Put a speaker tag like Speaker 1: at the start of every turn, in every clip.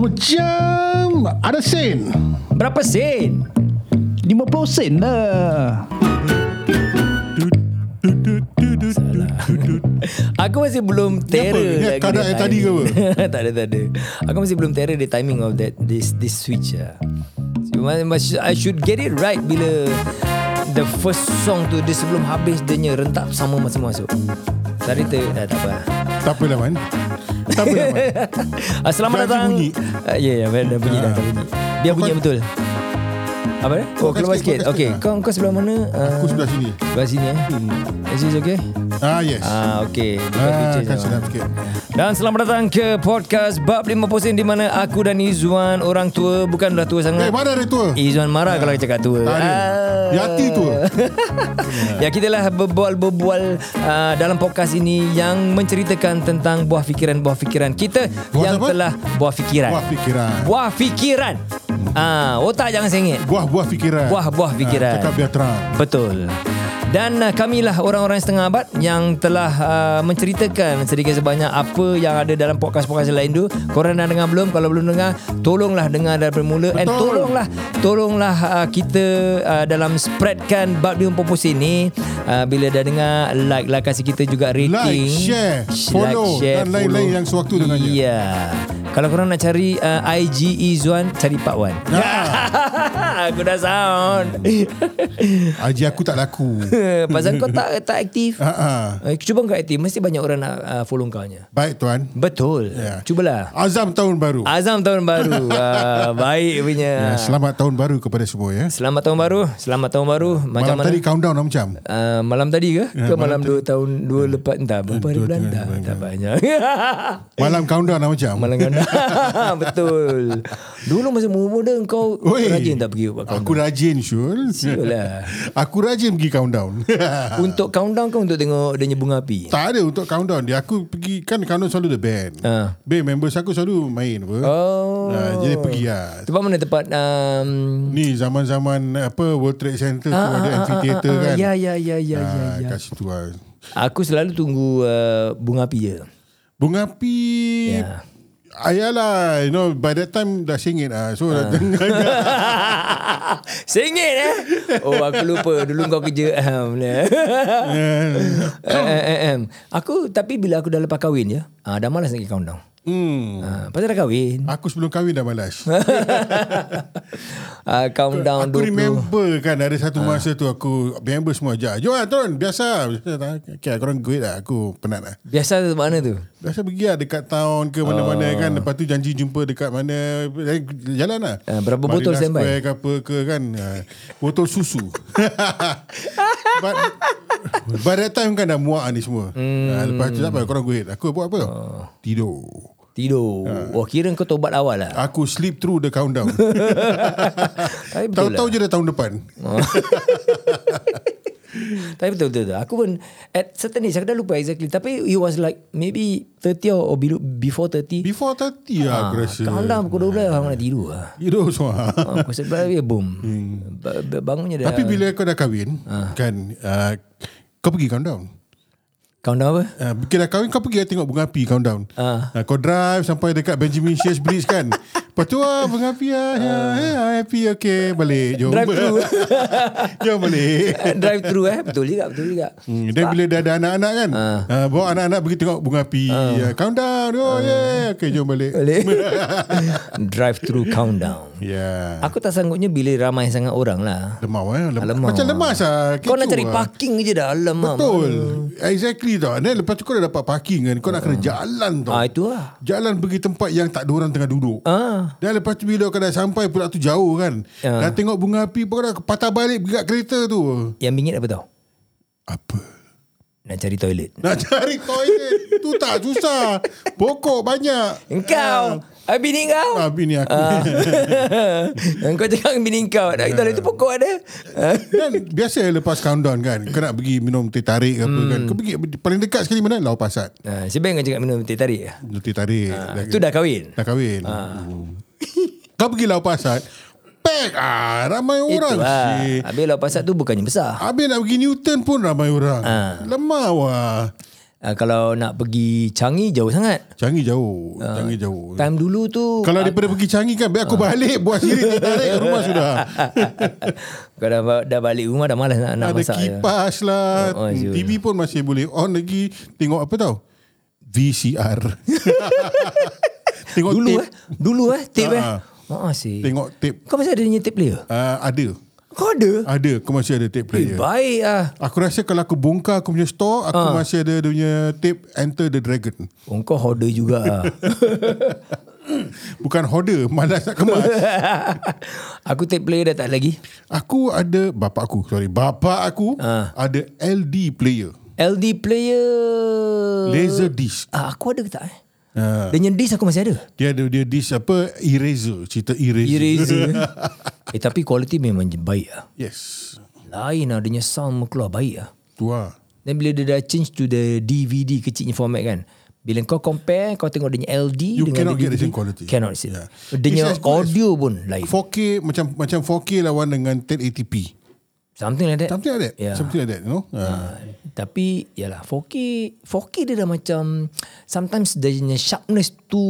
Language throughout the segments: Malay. Speaker 1: macam ada sen.
Speaker 2: Berapa sen? 50 sen lah Aku masih belum terror
Speaker 1: Ni
Speaker 2: lagi
Speaker 1: tak ada
Speaker 2: dia
Speaker 1: yang tadi ke apa?
Speaker 2: timing. tak ada tak ada Aku masih belum terror the timing of that This this switch lah So, ma- ma- I should get it right Bila The first song tu Dia sebelum habis Dia punya rentak sama masa masuk Tadi ter eh, Tak apa lah
Speaker 1: Tak apalah man. Tak apalah man.
Speaker 2: Ah, Selamat
Speaker 1: Biar dia
Speaker 2: datang
Speaker 1: bunyi.
Speaker 2: Ah, Ya ya biar dah bunyi
Speaker 1: Ah.
Speaker 2: dah, dah bunyi Biar bunyi
Speaker 1: Kau-
Speaker 2: betul Apa dia?
Speaker 1: Kau
Speaker 2: Oh keluar
Speaker 1: kasih sikit,
Speaker 2: sikit
Speaker 1: kau
Speaker 2: Okay
Speaker 1: kasih
Speaker 2: kau, kau sebelah mana? Ah,
Speaker 1: Aku sebelah sini.
Speaker 2: Sebelah sini eh Is this okay?
Speaker 1: Ah yes.
Speaker 2: Ah okay Dekat
Speaker 1: Ah,
Speaker 2: feature
Speaker 1: kan
Speaker 2: je.
Speaker 1: sedap sikit.
Speaker 2: Dan selamat datang ke podcast Bab 50 Sen di mana aku dan Izwan orang tua bukanlah
Speaker 1: Eh,
Speaker 2: tua sangat.
Speaker 1: mana Ya. ada tua?
Speaker 2: Izwan marah kalau cakap tua.
Speaker 1: Tak ada.
Speaker 2: Ah.
Speaker 1: Yati tua.
Speaker 2: ya kita lah berbual-berbual uh, dalam podcast ini yang menceritakan tentang buah fikiran-buah fikiran kita
Speaker 1: Buah
Speaker 2: yang
Speaker 1: apa?
Speaker 2: telah buah fikiran.
Speaker 1: Buah fikiran.
Speaker 2: Buah fikiran. Ah, otak jangan sengit.
Speaker 1: Buah-buah fikiran.
Speaker 2: Buah-buah
Speaker 1: Ah,
Speaker 2: fikiran.
Speaker 1: cakap biar terang.
Speaker 2: Betul. Dan uh, kamilah orang-orang setengah abad yang telah uh, menceritakan sedikit sebanyak apa yang ada dalam podcast-podcast lain tu. Korang dah dengar belum? Kalau belum dengar, tolonglah dengar daripada mula. And
Speaker 1: Betul.
Speaker 2: tolonglah, tolonglah uh, kita uh, dalam spreadkan Bab Dium Popos ini. Uh, bila dah dengar, like lah kasih kita juga rating.
Speaker 1: Like, share,
Speaker 2: Sh-
Speaker 1: follow dan lain-lain yang sewaktu dengannya.
Speaker 2: Ya. Yeah. Kalau korang nak cari uh, IG Izwan, cari Pak Wan.
Speaker 1: Ah,
Speaker 2: Aku dah sound.
Speaker 1: Haji aku tak laku.
Speaker 2: Pasal kau tak tak aktif.
Speaker 1: Ah, ah.
Speaker 2: Eh, cuba kau aktif, mesti banyak orang nak uh, follow kau nya.
Speaker 1: Baik tuan.
Speaker 2: Betul.
Speaker 1: Ya.
Speaker 2: Yeah. Cubalah.
Speaker 1: Azam tahun baru.
Speaker 2: Azam tahun baru. uh, baik punya.
Speaker 1: Ya, selamat tahun baru kepada semua ya.
Speaker 2: Selamat tahun baru. Selamat tahun baru. Macam
Speaker 1: Malam
Speaker 2: malam mana?
Speaker 1: tadi countdown lah macam.
Speaker 2: Uh, malam tadi ke? Ya, ke malam 2 tahun 2 lepas entah berapa hari
Speaker 1: Ya. Dua
Speaker 2: bulan
Speaker 1: tahun,
Speaker 2: dah.
Speaker 1: bulan
Speaker 2: Tak banyak.
Speaker 1: Malam countdown lah macam.
Speaker 2: malam kan. Betul. Dulu masa muda-muda kau
Speaker 1: Oi. Ya.
Speaker 2: rajin tak pergi buat
Speaker 1: Aku rajin Syul.
Speaker 2: Syul lah.
Speaker 1: aku rajin pergi countdown.
Speaker 2: Untuk countdown kau untuk tengok dia punya bunga api.
Speaker 1: tak ada untuk countdown dia. Aku pergi kan countdown selalu the band.
Speaker 2: Ah.
Speaker 1: Band members aku selalu main apa.
Speaker 2: Oh.
Speaker 1: Ah, jadi pergi lah.
Speaker 2: Tempat mana tempat um,
Speaker 1: Ni zaman-zaman apa World Trade Center tu ada amphitheater
Speaker 2: ah,
Speaker 1: kan.
Speaker 2: Ya ya ya ya ya.
Speaker 1: Ah,
Speaker 2: ya.
Speaker 1: Kat situ lah.
Speaker 2: Aku selalu tunggu uh, bunga api je.
Speaker 1: Bunga api
Speaker 2: Ya.
Speaker 1: Ayalah, you know, by that time dah singit lah. So,
Speaker 2: Ah.
Speaker 1: dah dengar
Speaker 2: Sengit eh. Oh aku lupa dulu kau kerja ahem. Eh, eh, eh, eh. aku tapi bila aku dah lepas kahwin ya, ah, dah malas nak pergi countdown.
Speaker 1: hmm.
Speaker 2: Ah, pasal dah kahwin.
Speaker 1: Aku sebelum kahwin dah malas.
Speaker 2: Ha, ah, countdown
Speaker 1: Aku
Speaker 2: 20.
Speaker 1: remember kan ada satu
Speaker 2: Ah.
Speaker 1: masa tu aku member semua ajak. Jom lah turun. Biasa. Biasa tak? Okay, korang go eat lah. Aku penat lah.
Speaker 2: Biasa tu mana tu?
Speaker 1: Biasa pergi lah dekat town ke mana-mana kan. Lepas tu janji jumpa dekat mana. Eh, Jalan lah.
Speaker 2: Ah, berapa botol
Speaker 1: Marina
Speaker 2: standby?
Speaker 1: Square ke apa ke kan. Ah, Botol susu. But, by that time kan dah muak ni semua. Ah,
Speaker 2: Hmm.
Speaker 1: Lepas tu tak apa korang go eat. Aku buat apa?
Speaker 2: Ah.
Speaker 1: Tidur.
Speaker 2: Tidur. Wah kira kau tobat awal lah.
Speaker 1: Aku sleep through the countdown.
Speaker 2: Tapi betul lah. Ah.
Speaker 1: Tahu-tahu je dah tahun depan.
Speaker 2: Tapi betul betul betul. Aku pun at certain age aku dah lupa exactly. Tapi it was like maybe 30 or below- before 30.
Speaker 1: Before 30 lah
Speaker 2: Ah,
Speaker 1: aku rasa.
Speaker 2: Kau dah pukul 12 orang nak tidur lah.
Speaker 1: Tidur semua.
Speaker 2: Ah, Pukul 11 dia boom. Ba- ba- Bangunnya dah.
Speaker 1: Hmm. Tapi bila kau dah kahwin
Speaker 2: Ah.
Speaker 1: Kan uh, Kau pergi countdown
Speaker 2: Countdown apa?
Speaker 1: Uh, bila dah kahwin kau pergi tengok bunga api countdown
Speaker 2: Ah.
Speaker 1: uh, Kau drive sampai dekat Benjamin Shears Bridge kan Lepas tu ah, bunga api ah, ah, ah, Happy okay Balik jom
Speaker 2: Drive through.
Speaker 1: Jom balik
Speaker 2: Drive through eh. Betul juga, betul juga.
Speaker 1: Hmm, Dan bila dah ada anak-anak kan
Speaker 2: Ah.
Speaker 1: uh. Uh, Bawa anak-anak pergi tengok bunga api uh. Countdown Oh yeah Okay jom balik
Speaker 2: Boleh. Drive through countdown.
Speaker 1: Ya yeah.
Speaker 2: Aku tak sanggupnya bila ramai sangat orang lah.
Speaker 1: Lemau eh lemau.
Speaker 2: Alamak.
Speaker 1: Macam lemas lah
Speaker 2: Kau nak
Speaker 1: kecoh
Speaker 2: cari
Speaker 1: lah.
Speaker 2: parking je dah. Alamak.
Speaker 1: Betul Exactly tau Dan lepas tu kau dah dapat parking kan Kau nak kena jalan tau
Speaker 2: Ah, itu lah.
Speaker 1: Jalan pergi tempat yang tak ada orang tengah duduk
Speaker 2: Ah.
Speaker 1: Dan lepas tu bila kau dah sampai pula tu jauh kan
Speaker 2: Ah.
Speaker 1: Dah tengok bunga api Kau dah patah balik pergi kat kereta tu
Speaker 2: Yang bingit apa tau?
Speaker 1: Apa?
Speaker 2: Nak cari toilet.
Speaker 1: Nak cari toilet Tu tak susah Pokok banyak
Speaker 2: Engkau. Ah. Bini kau.
Speaker 1: Ah, bini aku
Speaker 2: kau cakap dengan bini kau Nak kita itu pokok ada Ah.
Speaker 1: Dan biasa lepas countdown kan Kau nak pergi minum teh tarik ke apa kan
Speaker 2: Hmm.
Speaker 1: Kau pergi paling dekat sekali mana Lau Pasat
Speaker 2: Ah, Siapa yang kau cakap minum teh tarik ah,
Speaker 1: Teh tarik Dah-
Speaker 2: Tu dah kahwin
Speaker 1: Dah kahwin. Hmm. Kau pergi lau pasar, pack ah, ramai orang.
Speaker 2: Itulah
Speaker 1: Syih.
Speaker 2: Habis lah pasal tu bukannya besar Ah.
Speaker 1: Habis nak pergi Newton pun ramai orang. Lemah wah.
Speaker 2: Uh, kalau nak pergi Changi jauh sangat.
Speaker 1: Changi jauh
Speaker 2: Ah.
Speaker 1: Changi jauh
Speaker 2: Time dulu tu
Speaker 1: Kalau daripada pergi Changi kan
Speaker 2: Ah.
Speaker 1: Biar aku balik Buat sendiri Direct ke rumah sudah
Speaker 2: Kau dah, ba- dah balik rumah dah malas nak, nak
Speaker 1: Ada
Speaker 2: masak je.
Speaker 1: kipas lah
Speaker 2: Oh, oh, sure.
Speaker 1: TV pun masih boleh on lagi Tengok apa tau VCR Tengok
Speaker 2: Dulu
Speaker 1: tape
Speaker 2: eh Dulu eh Tape eh
Speaker 1: Ah,
Speaker 2: Haa sih
Speaker 1: Tengok tape
Speaker 2: Kau masih ada punya tape player?
Speaker 1: uh, Ada
Speaker 2: Kau ada?
Speaker 1: Ada Aku masih ada tape
Speaker 2: Eh, Ah.
Speaker 1: player
Speaker 2: baik ah.
Speaker 1: Aku rasa kalau aku bongkar Aku punya store Aku masih ada dia punya tape Enter the Dragon
Speaker 2: Oh, kau hoarder juga ah.
Speaker 1: Bukan hoarder Malas nak kemas
Speaker 2: Aku tape player dah tak ada lagi.
Speaker 1: Aku ada Bapak aku Sorry Bapak aku
Speaker 2: Ah.
Speaker 1: Ada LD player
Speaker 2: LD player.
Speaker 1: Laser disc
Speaker 2: Ah, aku ada ke tak eh?
Speaker 1: Ah.
Speaker 2: Dan yang disc aku masih ada.
Speaker 1: Dia ada dia disc apa Eraser Cerita eraser,
Speaker 2: Eraser. eh tapi kualiti memang baik ah.
Speaker 1: Yes
Speaker 2: Lain ah, adanya sound keluar baik ah.
Speaker 1: Tu lah
Speaker 2: Then bila dia dah change to the DVD kecilnya format kan. Bila kau compare kau tengok dia punya LD
Speaker 1: You
Speaker 2: dengan
Speaker 1: cannot get
Speaker 2: the
Speaker 1: the
Speaker 2: DVD,
Speaker 1: same quality.
Speaker 2: Cannot see. Yeah.
Speaker 1: Yeah.
Speaker 2: Dia punya
Speaker 1: It's as good as-
Speaker 2: audio pun lain.
Speaker 1: 4K macam macam 4K lawan dengan 1080p
Speaker 2: Something like that.
Speaker 1: Something like that
Speaker 2: Yeah. Ah.
Speaker 1: Something like that you know uh.
Speaker 2: Tapi yalah 4K 4K dia dah macam sometimes dia punya sharpness tu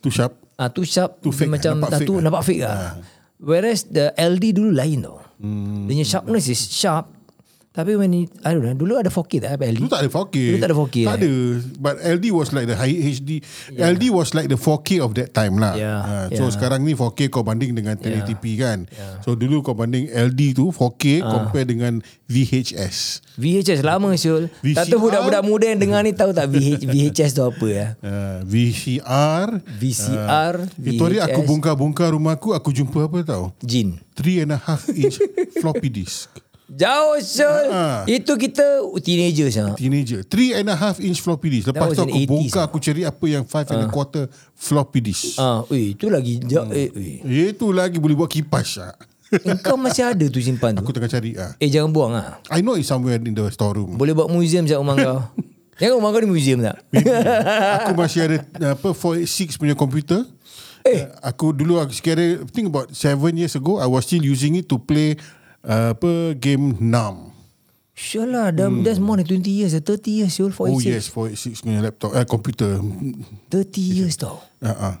Speaker 1: Too sharp
Speaker 2: ah tu sharp
Speaker 1: Tu
Speaker 2: dia
Speaker 1: fake,
Speaker 2: macam
Speaker 1: nampak
Speaker 2: dah
Speaker 1: fake
Speaker 2: tu
Speaker 1: lah.
Speaker 2: nampak fake ah. Whereas the LD dulu lain tau. Hmm. Dia punya sharpness is sharp. Tapi when it, I don't know, dulu ada 4K tak apa LD?
Speaker 1: Dulu tak ada 4K
Speaker 2: Dulu tak ada 4K.
Speaker 1: Tak
Speaker 2: eh.
Speaker 1: ada But LD was like the high HD yeah. LD was like the 4K of that time lah
Speaker 2: Yeah.
Speaker 1: Ah, So
Speaker 2: Yeah.
Speaker 1: sekarang ni 4K kau banding dengan 1080p kan So dulu kau banding LD tu
Speaker 2: Ah.
Speaker 1: 4K Compare dengan VHS
Speaker 2: VHS lama Syul.
Speaker 1: VCR.
Speaker 2: Tak tahu budak-budak muda yang dengar ni tahu tak VH, VHS tu apa ya?
Speaker 1: uh, VCR
Speaker 2: VCR,
Speaker 1: Eh, Itu hari aku
Speaker 2: VHS.
Speaker 1: bongkar-bongkar rumah aku Aku jumpa apa tau
Speaker 2: Jin.
Speaker 1: Three and a half inch floppy disk
Speaker 2: Jauh Syul.
Speaker 1: Ah.
Speaker 2: Itu kita oh, teenager sah.
Speaker 1: Teenager Three and a half inch floppy disk Lepas
Speaker 2: was
Speaker 1: tu
Speaker 2: in lah. Ah.
Speaker 1: aku
Speaker 2: 80s.
Speaker 1: bongkar Aku cari apa yang five and a quarter floppy disk
Speaker 2: Ah, eh, itu lagi
Speaker 1: Hmm.
Speaker 2: jauh. Eh, eh.
Speaker 1: Itu lagi boleh buat kipas ah.
Speaker 2: Engkau masih ada tu simpan tu.
Speaker 1: Aku tengah cari ah.
Speaker 2: Eh jangan buang ah.
Speaker 1: I know it's somewhere in the storeroom.
Speaker 2: Boleh buat museum sekejap rumah kau. Jangan rumah kau ni museum tak?
Speaker 1: aku masih ada apa 486 punya komputer. Eh. Aku dulu aku sekira think about 7 years ago I was still using it to play uh, apa game NAM.
Speaker 2: Sure lah, dah, hmm. that's more than 20 years, 30 years, Syul,
Speaker 1: Oh
Speaker 2: 46.
Speaker 1: yes 486 punya laptop eh komputer.
Speaker 2: 30 years tau.
Speaker 1: Ha ah.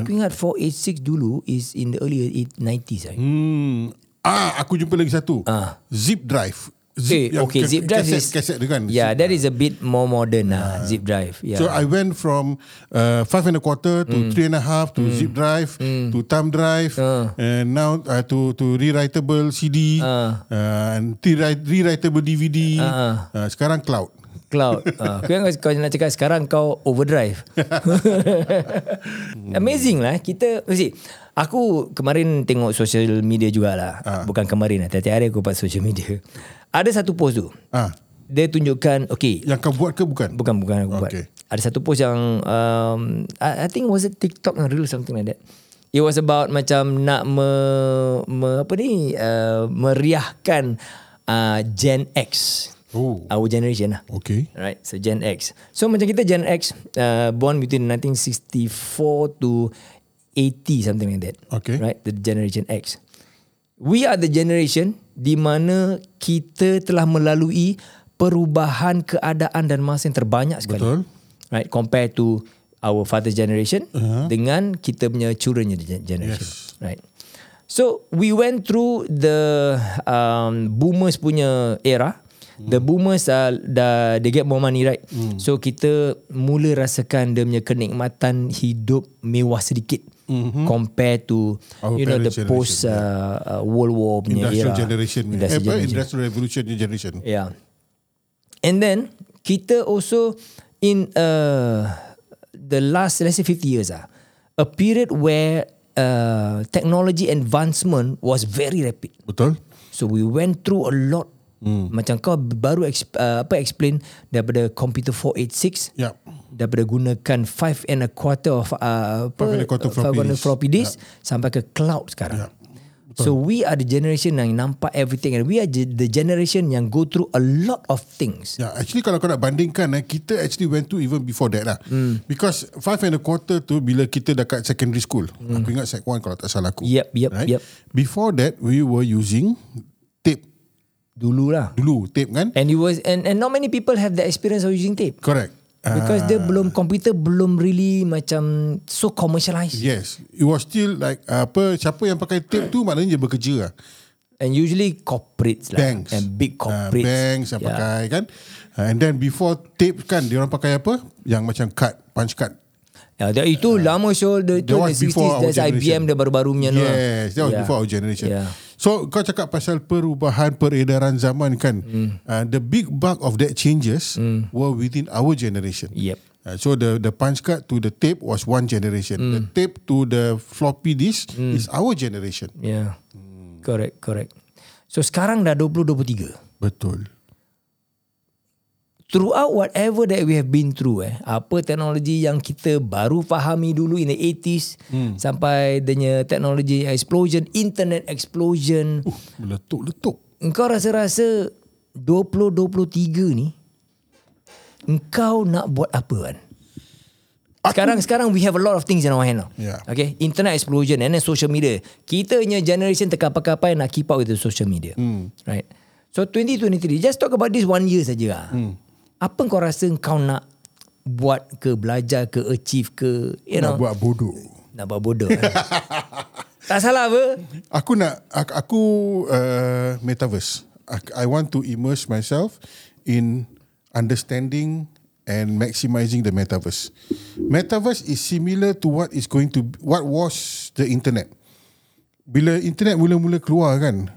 Speaker 2: Aku ingat 486 dulu is in the early 80s, 90s. Right? Hmm.
Speaker 1: Hmm. Ah aku jumpa lagi satu.
Speaker 2: Ah.
Speaker 1: Zip drive.
Speaker 2: Eh,
Speaker 1: yang
Speaker 2: okay,
Speaker 1: kas-
Speaker 2: zip drive
Speaker 1: kaset,
Speaker 2: is... Ya,
Speaker 1: kaset tu kan.
Speaker 2: Yeah, that is a bit more modern lah, zip drive. Yeah.
Speaker 1: So I went from uh, five and a quarter to mm.
Speaker 2: Hmm.
Speaker 1: three and a half to mm. zip drive mm. to thumb drive uh.
Speaker 2: Ah.
Speaker 1: and now uh, to to rewritable CD uh.
Speaker 2: Ah.
Speaker 1: Uh, and rewrite, rewritable DVD. Uh. Uh, sekarang cloud.
Speaker 2: Cloud. Ah, Aku ingat kau nak cakap sekarang kau overdrive. Amazing lah. Kita, you see, aku kemarin tengok social media jugalah.
Speaker 1: Ah.
Speaker 2: Bukan kemarin lah. Tiap-tiap hari aku buat social media. Ada satu post tu.
Speaker 1: Ah,
Speaker 2: Dia tunjukkan, okay.
Speaker 1: yang kau buat ke bukan?
Speaker 2: Bukan, bukan aku buat.
Speaker 1: Okay.
Speaker 2: Ada satu post yang, um, I, I think was it TikTok or real something like that. It was about macam nak me, me apa ni, uh, meriahkan uh, Gen X.
Speaker 1: Oh,
Speaker 2: Our generation lah.
Speaker 1: okay.
Speaker 2: Right, so Gen X. So macam kita Gen X, uh, born between 1964 to 80 something like that.
Speaker 1: Okay.
Speaker 2: Right, the generation X. We are the generation di mana kita telah melalui perubahan keadaan dan masa yang terbanyak sekali.
Speaker 1: Betul.
Speaker 2: Right, compared to our father's generation uh-huh. dengan kita punya childrennya gen- generation. Yes. Right. So we went through the um, boomers punya era.
Speaker 1: Hmm.
Speaker 2: The boomers uh, dah they get more money right. Mm. So kita mula rasakan dia punya kenikmatan hidup mewah sedikit mm-hmm. compared to
Speaker 1: Our
Speaker 2: you know the
Speaker 1: parents' generation,
Speaker 2: post uh, uh, World War punya
Speaker 1: Industrial
Speaker 2: era.
Speaker 1: generation. Industrial,
Speaker 2: Industrial
Speaker 1: eh, apa?
Speaker 2: generation. Eh.
Speaker 1: Industrial revolution punya generation.
Speaker 2: Yeah. And then kita also in uh, the last let's say 50 years ah, a period where uh, technology advancement was very rapid.
Speaker 1: Betul?
Speaker 2: So we went through a lot. Hmm. Macam kau baru exp, uh, apa explain daripada computer 486
Speaker 1: Ya.
Speaker 2: daripada gunakan five and a quarter of uh, apa
Speaker 1: Five and a quarter
Speaker 2: five
Speaker 1: floppy
Speaker 2: and a
Speaker 1: disk.
Speaker 2: floppy disk sampai ke cloud sekarang.
Speaker 1: Yeah.
Speaker 2: So we are the generation yang nampak everything and we are ge- the generation yang go through a lot of things.
Speaker 1: Ya, actually kalau kau nak bandingkan eh, kita actually went to even before that lah.
Speaker 2: Hmm.
Speaker 1: Mm. Because five and a quarter tu bila kita dekat secondary school.
Speaker 2: Hmm.
Speaker 1: Mm. Aku ingat sec one kalau tak salah aku.
Speaker 2: Yep, yep, yep.
Speaker 1: Before that we were using tape
Speaker 2: Dulu lah.
Speaker 1: Dulu tape kan?
Speaker 2: And it was and and not many people have the experience of using tape.
Speaker 1: Correct. Uh,
Speaker 2: Because dia belum komputer belum really macam so commercialized.
Speaker 1: yes. It was still like uh, apa siapa yang pakai tape tu maknanya dia bekerja lah.
Speaker 2: And usually corporates lah.
Speaker 1: Banks.
Speaker 2: And big
Speaker 1: Uh,
Speaker 2: corporates.
Speaker 1: banks yang pakai kan. Uh, and then before tape kan dia orang pakai apa? Yang macam card, punch card.
Speaker 2: Ya, dia, itu lama Syul.
Speaker 1: Ah.
Speaker 2: Dia,
Speaker 1: That
Speaker 2: tu
Speaker 1: was
Speaker 2: the
Speaker 1: before
Speaker 2: 60s.
Speaker 1: our
Speaker 2: That's
Speaker 1: generation.
Speaker 2: IBM dia baru-baru punya. tu lah.
Speaker 1: Yes, that was
Speaker 2: Ya.
Speaker 1: yeah. before our generation.
Speaker 2: Yeah.
Speaker 1: Yeah. So kau cakap pasal perubahan peredaran zaman kan.
Speaker 2: Hmm.
Speaker 1: Mm. Uh, the big bulk of that changes mm. were within our generation.
Speaker 2: Yep.
Speaker 1: Uh, so the the punch card to the tape was one generation. Mm. The
Speaker 2: Hmm.
Speaker 1: tape to the floppy disk mm. is our generation.
Speaker 2: Yeah. Correct, correct. So sekarang dah 2023.
Speaker 1: Betul.
Speaker 2: throughout whatever that we have been through eh apa teknologi yang kita baru fahami dulu in the 80s hmm. sampai denya teknologi explosion internet explosion
Speaker 1: Uh, meletup-letup.
Speaker 2: engkau rasa-rasa 2023 ni engkau nak buat apa kan sekarang sekarang we have a lot of things in our hand now.
Speaker 1: Yeah.
Speaker 2: Okay, internet explosion and then social media. Kita punya generation terkapai-kapai nak keep up with the social media.
Speaker 1: Hmm.
Speaker 2: Mm. Right. So 2023, just talk about this one year saja. lah.
Speaker 1: Hmm.
Speaker 2: Apa kau rasa kau nak buat ke belajar ke achieve ke you
Speaker 1: Nak
Speaker 2: know
Speaker 1: buat bodoh.
Speaker 2: nak buat bodoh. eh. tak salah apa?
Speaker 1: Aku nak aku, aku uh, metaverse. I, I want to immerse myself in understanding and maximizing the metaverse. Metaverse is similar to what is going to what was the internet. Bila internet mula-mula keluar kan,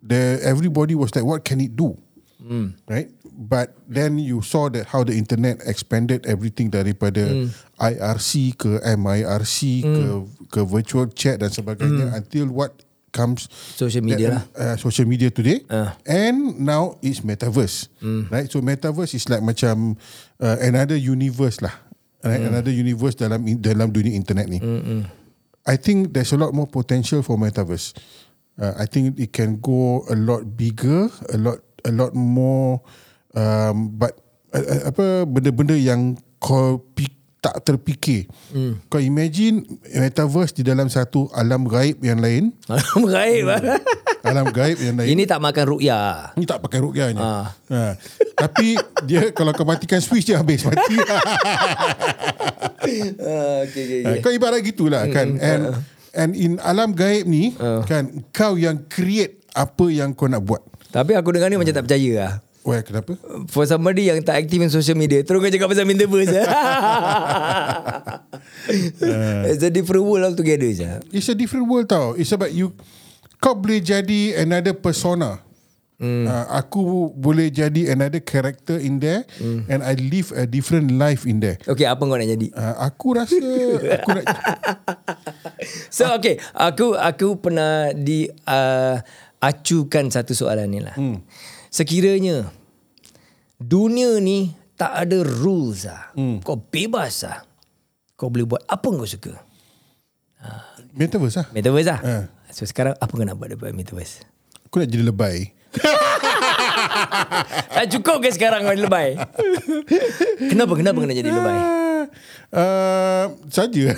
Speaker 1: the everybody was like what can it do? Mm. Right? But then you saw that how the internet expanded everything daripada mm. IRC ke MIRC mm. ke ke virtual chat dan sebagainya mm. until what comes
Speaker 2: Social media lah. Ah.
Speaker 1: uh, social media today uh. and now it's metaverse
Speaker 2: Hmm.
Speaker 1: mm. right so metaverse is like macam uh, another universe lah right?
Speaker 2: Hmm.
Speaker 1: mm. another universe dalam dalam dunia internet ni mm I think there's a lot more potential for metaverse uh, I think it can go a lot bigger a lot a lot more um, but uh, uh, apa benda-benda yang kau pi- tak terfikir
Speaker 2: Hmm.
Speaker 1: mm. kau imagine metaverse di dalam satu alam gaib yang lain
Speaker 2: lah. Meraib.
Speaker 1: Hmm.
Speaker 2: ah.
Speaker 1: alam gaib yang lain
Speaker 2: Ini tak makan ruqyah.
Speaker 1: Ni tak pakai rukyah ni. Ha. Tapi dia kalau kau matikan switch dia habis mati.
Speaker 2: Uh, okay,
Speaker 1: Ha,
Speaker 2: okay,
Speaker 1: Kau ibarat gitulah kan. And and in alam gaib ni kan kau yang create apa yang kau nak buat.
Speaker 2: Tapi aku dengar ni macam tak percaya lah.
Speaker 1: Wah kenapa?
Speaker 2: For somebody yang tak aktif in social media Terus kau cakap pasal metaverse eh? It's a different world altogether je
Speaker 1: It's a different world tau. It's about you kau boleh jadi another persona. Mm. Uh, aku boleh jadi another character in there mm. and I live a different life in there.
Speaker 2: Okay apa kau nak jadi
Speaker 1: Uh, aku rasa aku nak
Speaker 2: So okay Aku aku pernah di uh, Acukan satu soalan ni lah hmm. Sekiranya Dunia ni Tak ada rules lah hmm. Kau bebas lah Kau boleh buat apa kau suka
Speaker 1: metaverse lah.
Speaker 2: Metaverse lah
Speaker 1: Ah.
Speaker 2: So sekarang apa kau nak buat daripada metaverse
Speaker 1: Aku nak jadi lebay.
Speaker 2: Tak cukup ke sekarang kau lebay Kenapa kenapa kena jadi lebay
Speaker 1: Uh, Ah, saja.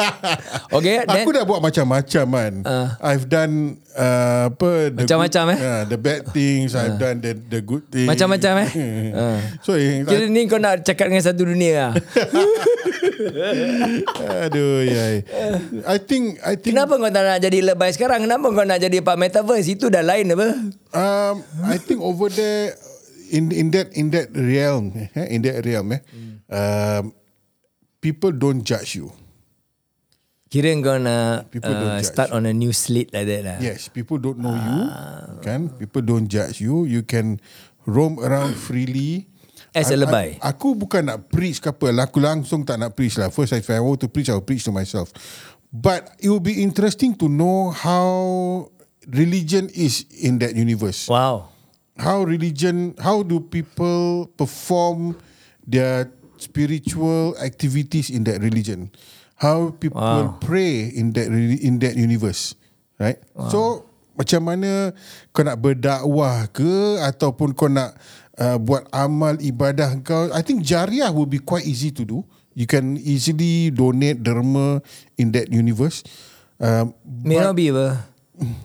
Speaker 2: Okay, then- Ah.
Speaker 1: Aku dah buat macam-macam kan. Uh, I've done uh, apa the
Speaker 2: Macam-macam,
Speaker 1: good-
Speaker 2: eh? Ah.
Speaker 1: Uh, the bad things, uh, I've done the the good things.
Speaker 2: Macam-macam, eh?
Speaker 1: Hmm.
Speaker 2: Ah.
Speaker 1: so eh, yang
Speaker 2: Kira ni kau nak cakap dengan satu dunia lah.
Speaker 1: aduh ya. I think I think
Speaker 2: Kenapa kau tak nak jadi lebay sekarang? Kenapa kau nak jadi Pak Metaverse? Itu dah lain apa?
Speaker 1: Um, I think over there in in that in that realm, eh, in that realm, eh,
Speaker 2: Hmm.
Speaker 1: um, people don't judge you.
Speaker 2: Kira kau nak
Speaker 1: People
Speaker 2: uh,
Speaker 1: don't judge.
Speaker 2: start on a new slate like that lah.
Speaker 1: Yes, people don't know you, kan? People don't judge you. You can roam around freely.
Speaker 2: As
Speaker 1: I-
Speaker 2: a
Speaker 1: I-
Speaker 2: lebay.
Speaker 1: Aku bukan nak preach ke apa. Aku langsung tak nak preach lah. First, if I want to preach, I'll preach to myself. But it will be interesting to know how religion is in that universe.
Speaker 2: Wow.
Speaker 1: How religion, how do people perform their spiritual activities in that religion? How people pray in that re- in that universe, right? So macam mana kau nak berdakwah ke ataupun kau nak uh, buat amal ibadah kau? I think jariah will be quite easy to do. You can easily donate derma in that universe. Um,
Speaker 2: May not be apa?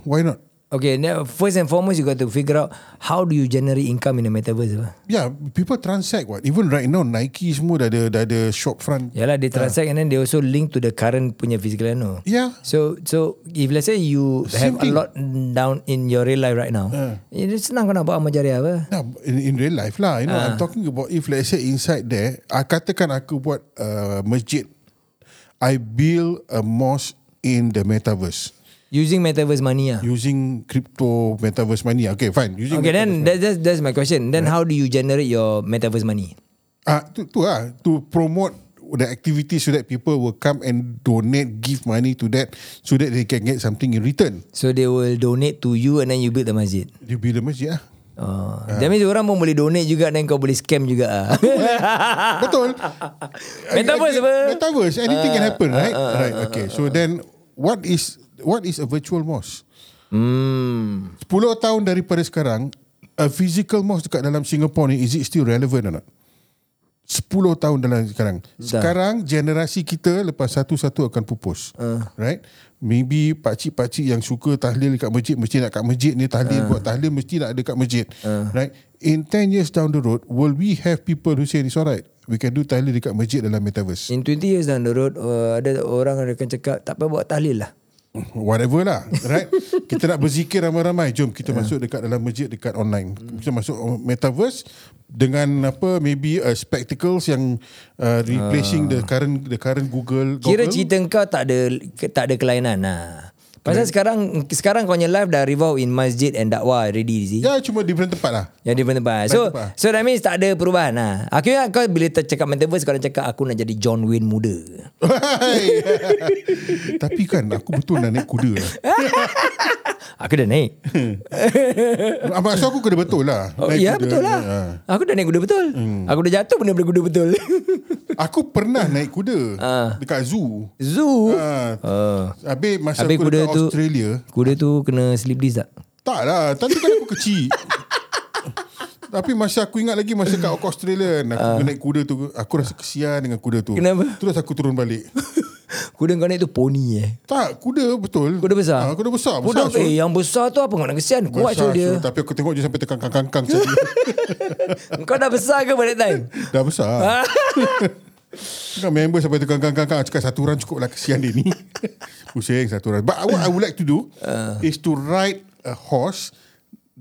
Speaker 1: why not?
Speaker 2: Okay, now first and foremost, you got to figure out how do you generate income in the metaverse. Lah.
Speaker 1: Yeah, people transact what. Even right now Nike semua dah ada dah ada shop front.
Speaker 2: Yalah, they Ya lah, transact and then they also link to the current punya physical ano.
Speaker 1: Yeah.
Speaker 2: So so if let's say you
Speaker 1: Ya. Same
Speaker 2: have
Speaker 1: thing. Ah.
Speaker 2: a lot down in your real life right now, uh. it is senang kau nak buat amal jariah apa.
Speaker 1: Nah, in, in real life lah. You know, I'm
Speaker 2: Ah.
Speaker 1: talking about if let's say inside there, I katakan aku buat uh, masjid. I build a mosque in the metaverse
Speaker 2: Using metaverse money ah.
Speaker 1: using crypto metaverse money. Okay, fine. Using
Speaker 2: Okay, then that, that's, that's my question. Then how do you generate your metaverse money?
Speaker 1: Ah, tu, tu lah to promote the activity so that people will come and donate, give money to that so that they can get something in return.
Speaker 2: So they will donate to you and then you build the masjid.
Speaker 1: Dia build the masjid lah.
Speaker 2: Oh, that means orang pun boleh donate juga dan kau boleh scam juga ah.
Speaker 1: Betul. Anything-
Speaker 2: Metaverse apa? Ah.
Speaker 1: Metaverse. Anything can happen, right? right. Okay. So then, what is what is a virtual mosque?
Speaker 2: Hmm.
Speaker 1: 10 tahun daripada sekarang, a physical mosque dekat dalam Singapore ni, is it still relevant or not? 10 tahun dalam sekarang. Sekarang generasi kita lepas satu-satu akan pupus. Uh. Right? Maybe pakcik-pakcik yang suka tahlil kat masjid mesti nak kat masjid ni tahlil uh. buat tahlil mesti nak ada kat masjid. Uh. Right? In 10 years down the road, will we have people who say it's alright? We can do tahlil dekat masjid dalam metaverse.
Speaker 2: In 20 years down the road, uh, ada orang akan cakap tak apa buat tahlil lah.
Speaker 1: Whatever lah Right Kita nak berzikir ramai-ramai Jom kita masuk dekat dalam masjid Dekat online Kita masuk metaverse Dengan apa Maybe uh, spectacles yang uh, Replacing the current The current Google Google.
Speaker 2: Kira cerita kau tak ada tak ada kelainan lah. Pasal sekarang sekarang kau punya live dah revolve in masjid and dakwah already Zee.
Speaker 1: Ya cuma different tempat lah
Speaker 2: Yang different tempat. So
Speaker 1: tempat.
Speaker 2: so that means tak ada perubahan lah. Akhirnya kau bila ter- cakap metaverse kau dah cakap aku nak jadi John Wayne muda.
Speaker 1: Tapi kan aku betul nak naik kuda lah
Speaker 2: Aku dah naik.
Speaker 1: Abang so Ah, aku kena betul lah
Speaker 2: Oh,
Speaker 1: naik Hmm.
Speaker 2: ya
Speaker 1: kuda.
Speaker 2: betul lah.
Speaker 1: Ah.
Speaker 2: Aku dah naik kuda betul. Aku dah jatuh benda daripada kuda betul.
Speaker 1: Aku pernah naik kuda
Speaker 2: Ah.
Speaker 1: Dekat zoo
Speaker 2: Zoo.
Speaker 1: Ah,
Speaker 2: Uh,
Speaker 1: Habis masa
Speaker 2: habis
Speaker 1: aku
Speaker 2: kuda
Speaker 1: dekat
Speaker 2: tu
Speaker 1: Australia
Speaker 2: Kuda tu kena sleep disc tak?
Speaker 1: Tak lah Tadi kan aku kecil Tapi masa aku ingat lagi Masa kat Australia kan, Aku uh. naik kuda tu Aku rasa kesian dengan kuda tu
Speaker 2: Ah. Kenapa?
Speaker 1: Terus aku turun balik
Speaker 2: Kuda kau naik tu pony eh.
Speaker 1: Tak kuda betul
Speaker 2: Kuda besar.
Speaker 1: ha, Kuda besar
Speaker 2: Kuda
Speaker 1: Besar so,
Speaker 2: eh, yang besar tu apa kau nak kesian? Kuat
Speaker 1: besar,
Speaker 2: so dia.
Speaker 1: so, Tapi aku tengok je sampai tekan kangkang saja.
Speaker 2: Kau dah besar ke pada time?
Speaker 1: Dah besar Kan member sampai tekan kangkang Cakap satu orang cukup lah Kesian dia ni Pusing satu orang But what I would like to do uh. Is to ride a horse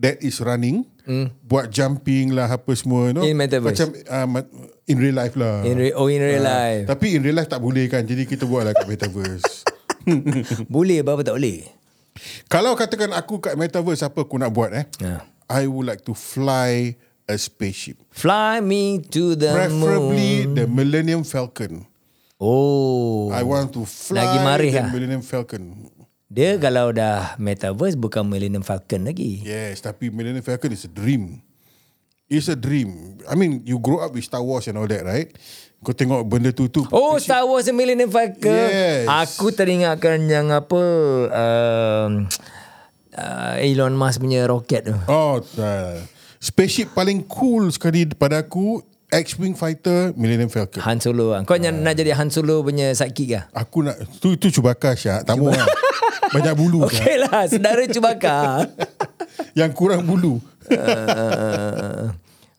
Speaker 1: That is running mm. Buat jumping lah Apa semua you know?
Speaker 2: Hmm. In metaverse.
Speaker 1: Macam uh, ma- In real life lah
Speaker 2: In re- oh in real life.
Speaker 1: Tapi in real life tak boleh kan Jadi kita buat lah kat metaverse
Speaker 2: Boleh apa tak boleh?
Speaker 1: Kalau katakan aku kat metaverse Apa aku nak buat eh
Speaker 2: Ya.
Speaker 1: I would like to fly A spaceship
Speaker 2: Fly me to the moon.
Speaker 1: Preferably The Millennium Falcon
Speaker 2: Oh.
Speaker 1: I want to fly
Speaker 2: Lagi marih
Speaker 1: the
Speaker 2: lah.
Speaker 1: Millennium Falcon.
Speaker 2: Dia kalau dah metaverse bukan Millennium Falcon lagi.
Speaker 1: Yes, tapi Millennium Falcon is a dream. It's a dream. I mean, you grow up with Star Wars and all that, right? Kau tengok benda tu tu.
Speaker 2: Oh Star Wars and Millennium Falcon.
Speaker 1: Yes.
Speaker 2: Aku teringatkan yang apa um, uh, Elon Musk punya roket tu.
Speaker 1: Oh, uh, spaceship paling cool sekali pada aku, X-Wing Fighter, Millennium Falcon.
Speaker 2: Han Solo. Kau uh. nak jadi Han Solo punya sidekick lah?
Speaker 1: Aku nak, tu, tu Chewbacca Syak, tak mau lah. Banyak bulu okay.
Speaker 2: Okay lah, saudara Chewbacca.
Speaker 1: Yang kurang bulu.
Speaker 2: uh,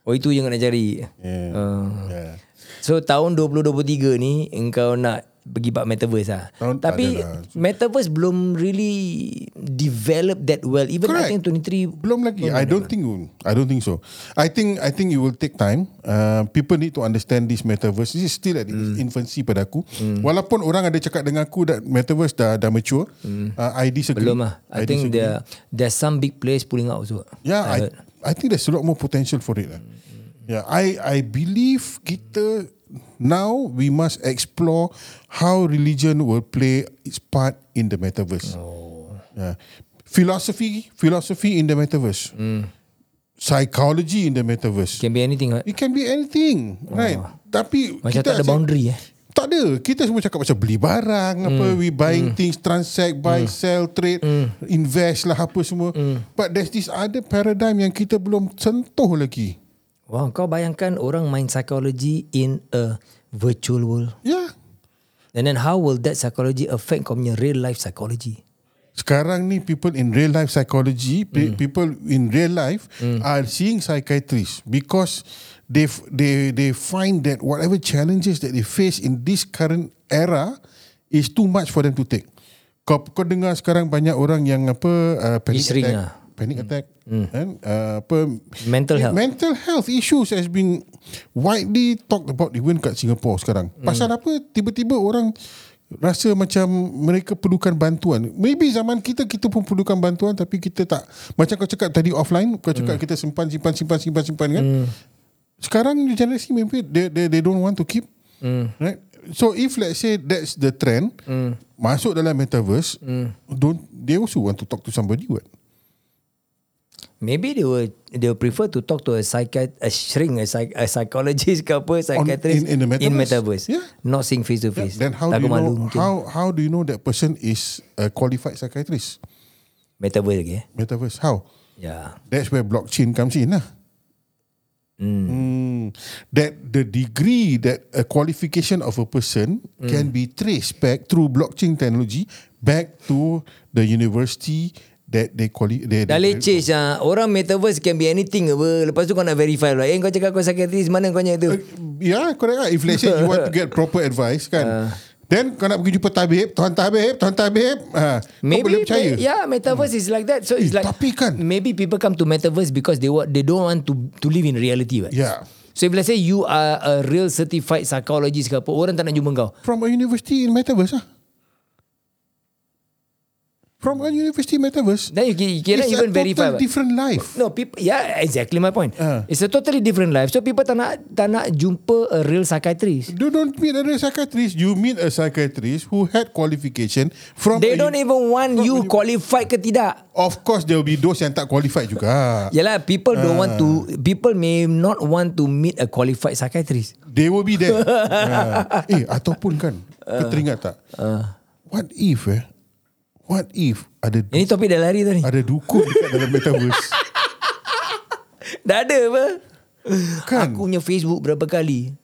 Speaker 2: oh itu yang nak cari.
Speaker 1: Yeah.
Speaker 2: Uh,
Speaker 1: yeah.
Speaker 2: So tahun 2023 ni engkau nak pergi buat metaverse lah.
Speaker 1: Tahun-
Speaker 2: Tapi
Speaker 1: tak
Speaker 2: metaverse belum really develop that well. Even
Speaker 1: Correct.
Speaker 2: I think 23
Speaker 1: Belum lagi. I don't think you- I don't think so. I think I think it will take time. Uh, people need to understand this metaverse. This is still at its
Speaker 2: Hmm.
Speaker 1: infancy pada aku. Walaupun orang ada cakap dengan aku that metaverse dah dah mature, uh, I disagree.
Speaker 2: Hmm. belum lah. I, think there there's some big players pulling out also.
Speaker 1: Yeah, I,
Speaker 2: heard.
Speaker 1: I think there's a lot more potential for it. lah. Yeah, I I believe kita now we must explore how religion will play its part in the metaverse.
Speaker 2: Oh.
Speaker 1: Yeah. Philosophy, philosophy in the metaverse.
Speaker 2: Mm.
Speaker 1: Psychology in the metaverse.
Speaker 2: Can be anything. right?
Speaker 1: It can be anything, right? Tapi
Speaker 2: Oh. Macam
Speaker 1: kita
Speaker 2: tak ada
Speaker 1: asyik-
Speaker 2: boundary eh.
Speaker 1: tak ada. Kita semua cakap macam beli barang, apa we buying things, transact, buy, sell, trade, invest lah apa semua. But there's this other paradigm yang kita belum sentuh lagi.
Speaker 2: Wow, kau bayangkan orang main psychology in a virtual world.
Speaker 1: Ya. Yeah.
Speaker 2: And then how will that psychology affect kau punya real life psychology?
Speaker 1: sekarang ni people in real life psychology, mm.
Speaker 2: Hmm.
Speaker 1: people in real life mm. are seeing psychiatrists because they f- they they find that whatever challenges that they face in this current era is too much for them to take. Kau kau dengar sekarang banyak orang yang apa uh, panic
Speaker 2: Isring
Speaker 1: attack,
Speaker 2: lah. Hmm.
Speaker 1: panic attack and uh, apa
Speaker 2: Mental health.
Speaker 1: mental health issues has been widely talked about even kat Singapore sekarang.
Speaker 2: Hmm.
Speaker 1: Pasal apa tiba-tiba orang rasa macam mereka perlukan bantuan. Maybe zaman kita kita pun perlukan bantuan tapi kita tak macam kau cakap tadi offline kau cakap
Speaker 2: Hmm.
Speaker 1: kita simpan simpan simpan simpan simpan kan. Sekarang new generasi maybe they they, they don't want to keep
Speaker 2: Hmm.
Speaker 1: right. So if let's say that's the trend masuk dalam metaverse
Speaker 2: Hmm.
Speaker 1: don't they also want to talk to somebody what?
Speaker 2: Maybe they will they will prefer to talk to a psychiat a shrink a, psych, a psychologist ke apa psychiatrist
Speaker 1: in- in the
Speaker 2: in
Speaker 1: metaverse.
Speaker 2: metaverse.
Speaker 1: Yeah.
Speaker 2: Not seeing face to face.
Speaker 1: Then how do
Speaker 2: Takut
Speaker 1: you
Speaker 2: malu
Speaker 1: know
Speaker 2: mungkin.
Speaker 1: how how do you know that person is a qualified psychiatrist?
Speaker 2: metaverse lagi eh?
Speaker 1: Metaverse how?
Speaker 2: Yeah.
Speaker 1: That's where blockchain comes in lah.
Speaker 2: Hmm.
Speaker 1: Mm. That the degree that a qualification of a person
Speaker 2: Hmm.
Speaker 1: can be traced back through blockchain technology back to the university that they quali- they,
Speaker 2: Dah
Speaker 1: they,
Speaker 2: leceh ah. Orang metaverse can be anything apa. Lepas tu kau nak verify pula. Eh kau cakap kau psychiatrist mana kau nya tu?
Speaker 1: Eh, Yeah, correct lah. If let's say you want to get proper advice kan.
Speaker 2: Uh.
Speaker 1: Then kau nak pergi jumpa tabib, tuan tabib, tuan tabib. Ha, kau boleh percaya.
Speaker 2: me- yeah, ya, metaverse is like that. So it's
Speaker 1: Eh,
Speaker 2: like
Speaker 1: tapi kan-
Speaker 2: maybe people come to metaverse because they want they don't want to to live in reality, right?
Speaker 1: Yeah.
Speaker 2: So if let's say you are a real certified psychologist ke apa, orang tak nak jumpa kau.
Speaker 1: From a university in metaverse ah. From a university metaverse.
Speaker 2: Then you, ca- you cannot
Speaker 1: It's a
Speaker 2: even
Speaker 1: total
Speaker 2: verify. what.
Speaker 1: different life.
Speaker 2: No, people, yeah, exactly my point.
Speaker 1: Ah.
Speaker 2: It's a totally different life. So people tak nak tak nak jumpa a real psychiatrist.
Speaker 1: You don't meet a psychiatrist. You meet a psychiatrist who had qualification from.
Speaker 2: They
Speaker 1: a-
Speaker 2: don't even want you qualified ke tidak.
Speaker 1: Of course, there will be those yang tak qualified juga.
Speaker 2: Yalah, people don't want to people may not want to meet a qualified psychiatrist.
Speaker 1: They will be there. Ah. Eh, ataupun kan,
Speaker 2: Uh.
Speaker 1: kau teringat tak? What if eh? What if ada
Speaker 2: Ini topik dah lari tadi.
Speaker 1: ada dukun dekat dalam metaverse?
Speaker 2: Dah ada apa?
Speaker 1: Kan?
Speaker 2: Aku punya Facebook berapa kali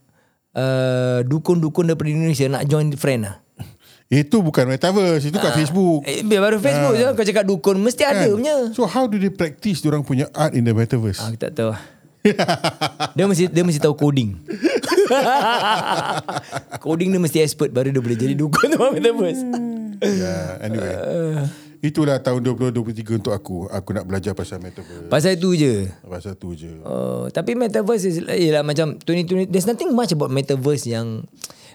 Speaker 2: uh, Dukun-dukun daripada Indonesia Nak join friend lah
Speaker 1: Itu bukan metaverse. Itu kat Facebook.
Speaker 2: eh, biar Baru Facebook je Kau cakap dukun Mesti ada
Speaker 1: Kan?
Speaker 2: punya
Speaker 1: So how do they practice orang punya art in the metaverse?
Speaker 2: Ah, Aku tak tahu Dia mesti dia mesti tahu coding Coding dia mesti expert Baru dia boleh jadi dukun tu Metaverse
Speaker 1: yeah, anyway.
Speaker 2: Uh.
Speaker 1: Itulah tahun 2023 untuk aku. Aku nak belajar pasal metaverse.
Speaker 2: Pasal itu je
Speaker 1: Pasal tu je.
Speaker 2: Oh, tapi metaverse is ialah macam 2020 there's nothing much about metaverse yang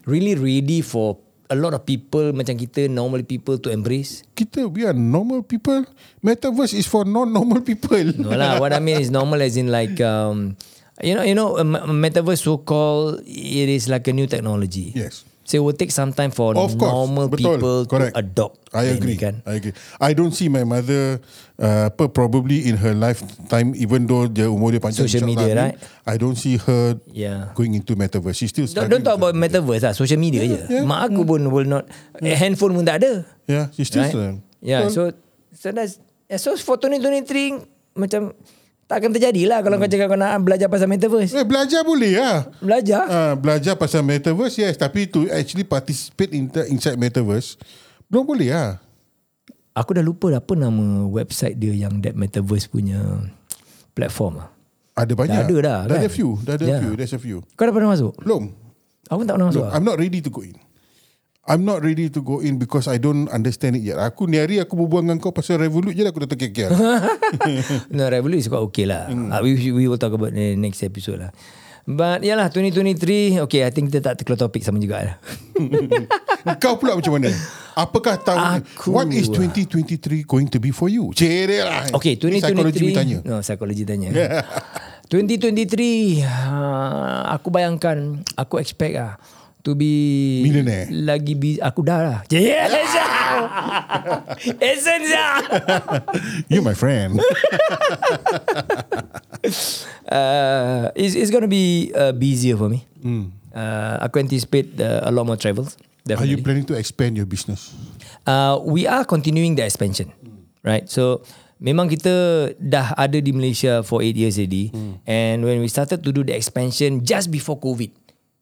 Speaker 2: really ready for a lot of people macam kita normal people to embrace.
Speaker 1: Kita we are normal people. Metaverse is for non-normal people.
Speaker 2: No lah, what I mean is normal as in like um, you know you know um, metaverse so called it is like a new technology.
Speaker 1: Yes.
Speaker 2: So it will take some time for
Speaker 1: Of course.
Speaker 2: normal
Speaker 1: Betul.
Speaker 2: people
Speaker 1: Correct.
Speaker 2: to adopt.
Speaker 1: I
Speaker 2: ini
Speaker 1: agree.
Speaker 2: Kan?
Speaker 1: I agree. I don't see my mother uh, apa, probably in her lifetime even though dia umur dia panjang
Speaker 2: Social
Speaker 1: insyaAllah ni,
Speaker 2: media, right?
Speaker 1: I don't see her
Speaker 2: Yeah.
Speaker 1: going into metaverse. She still
Speaker 2: Don't,
Speaker 1: struggling.
Speaker 2: don't talk about metaverse lah, social media je. Mak aku pun will not,
Speaker 1: Mm.
Speaker 2: eh, handphone pun tak ada.
Speaker 1: Yeah, she still
Speaker 2: right?
Speaker 1: struggling.
Speaker 2: Yeah, so so that's yeah, so for 2023 macam tak akan terjadi lah kalau kau
Speaker 1: Mm.
Speaker 2: cakap kau nak belajar pasal metaverse.
Speaker 1: Eh, belajar boleh lah.
Speaker 2: Belajar.
Speaker 1: Uh, belajar pasal metaverse yes tapi to actually participate in the inside metaverse belum boleh lah.
Speaker 2: Aku dah lupa apa nama website dia yang that metaverse punya platform ah.
Speaker 1: Ada banyak.
Speaker 2: ada dah,
Speaker 1: Dah ada
Speaker 2: kan?
Speaker 1: few. Dah ada
Speaker 2: Yeah.
Speaker 1: few. There's a few.
Speaker 2: Kau dah pernah masuk?
Speaker 1: Belum.
Speaker 2: Aku pun tak pernah masuk.
Speaker 1: Look,
Speaker 2: ah.
Speaker 1: I'm not ready to go in. I'm not ready to go in because I don't understand it yet. Aku ni hari aku berbual dengan kau pasal Revolut je dah aku dah terkekian.
Speaker 2: no, Revolut is quite okay lah. Ah, we, we will talk about the next episode lah. But yalah 2023 Okay I think kita tak terkeluar topik sama juga lah
Speaker 1: kau pula macam mana? Apakah tahun
Speaker 2: Aku- lah.
Speaker 1: What is 2023 going to be for you? Cere lah.
Speaker 2: Okay
Speaker 1: Ni
Speaker 2: 2023
Speaker 1: Psychology ni tanya.
Speaker 2: No psychology tanya 2023 uh, Aku bayangkan Aku expect lah To be
Speaker 1: Millionaire.
Speaker 2: Lagi bi- Aku dah lah Yes Essence lah
Speaker 1: You my friend.
Speaker 2: uh, It's, it's going to be uh, Busier for me uh, Aku anticipate uh, A lot more travels
Speaker 1: Are you
Speaker 2: Definitely
Speaker 1: planning to expand your business?
Speaker 2: uh, we are continuing the expansion right so memang kita dah ada di Malaysia for 8 years already and when we started to do the expansion just before covid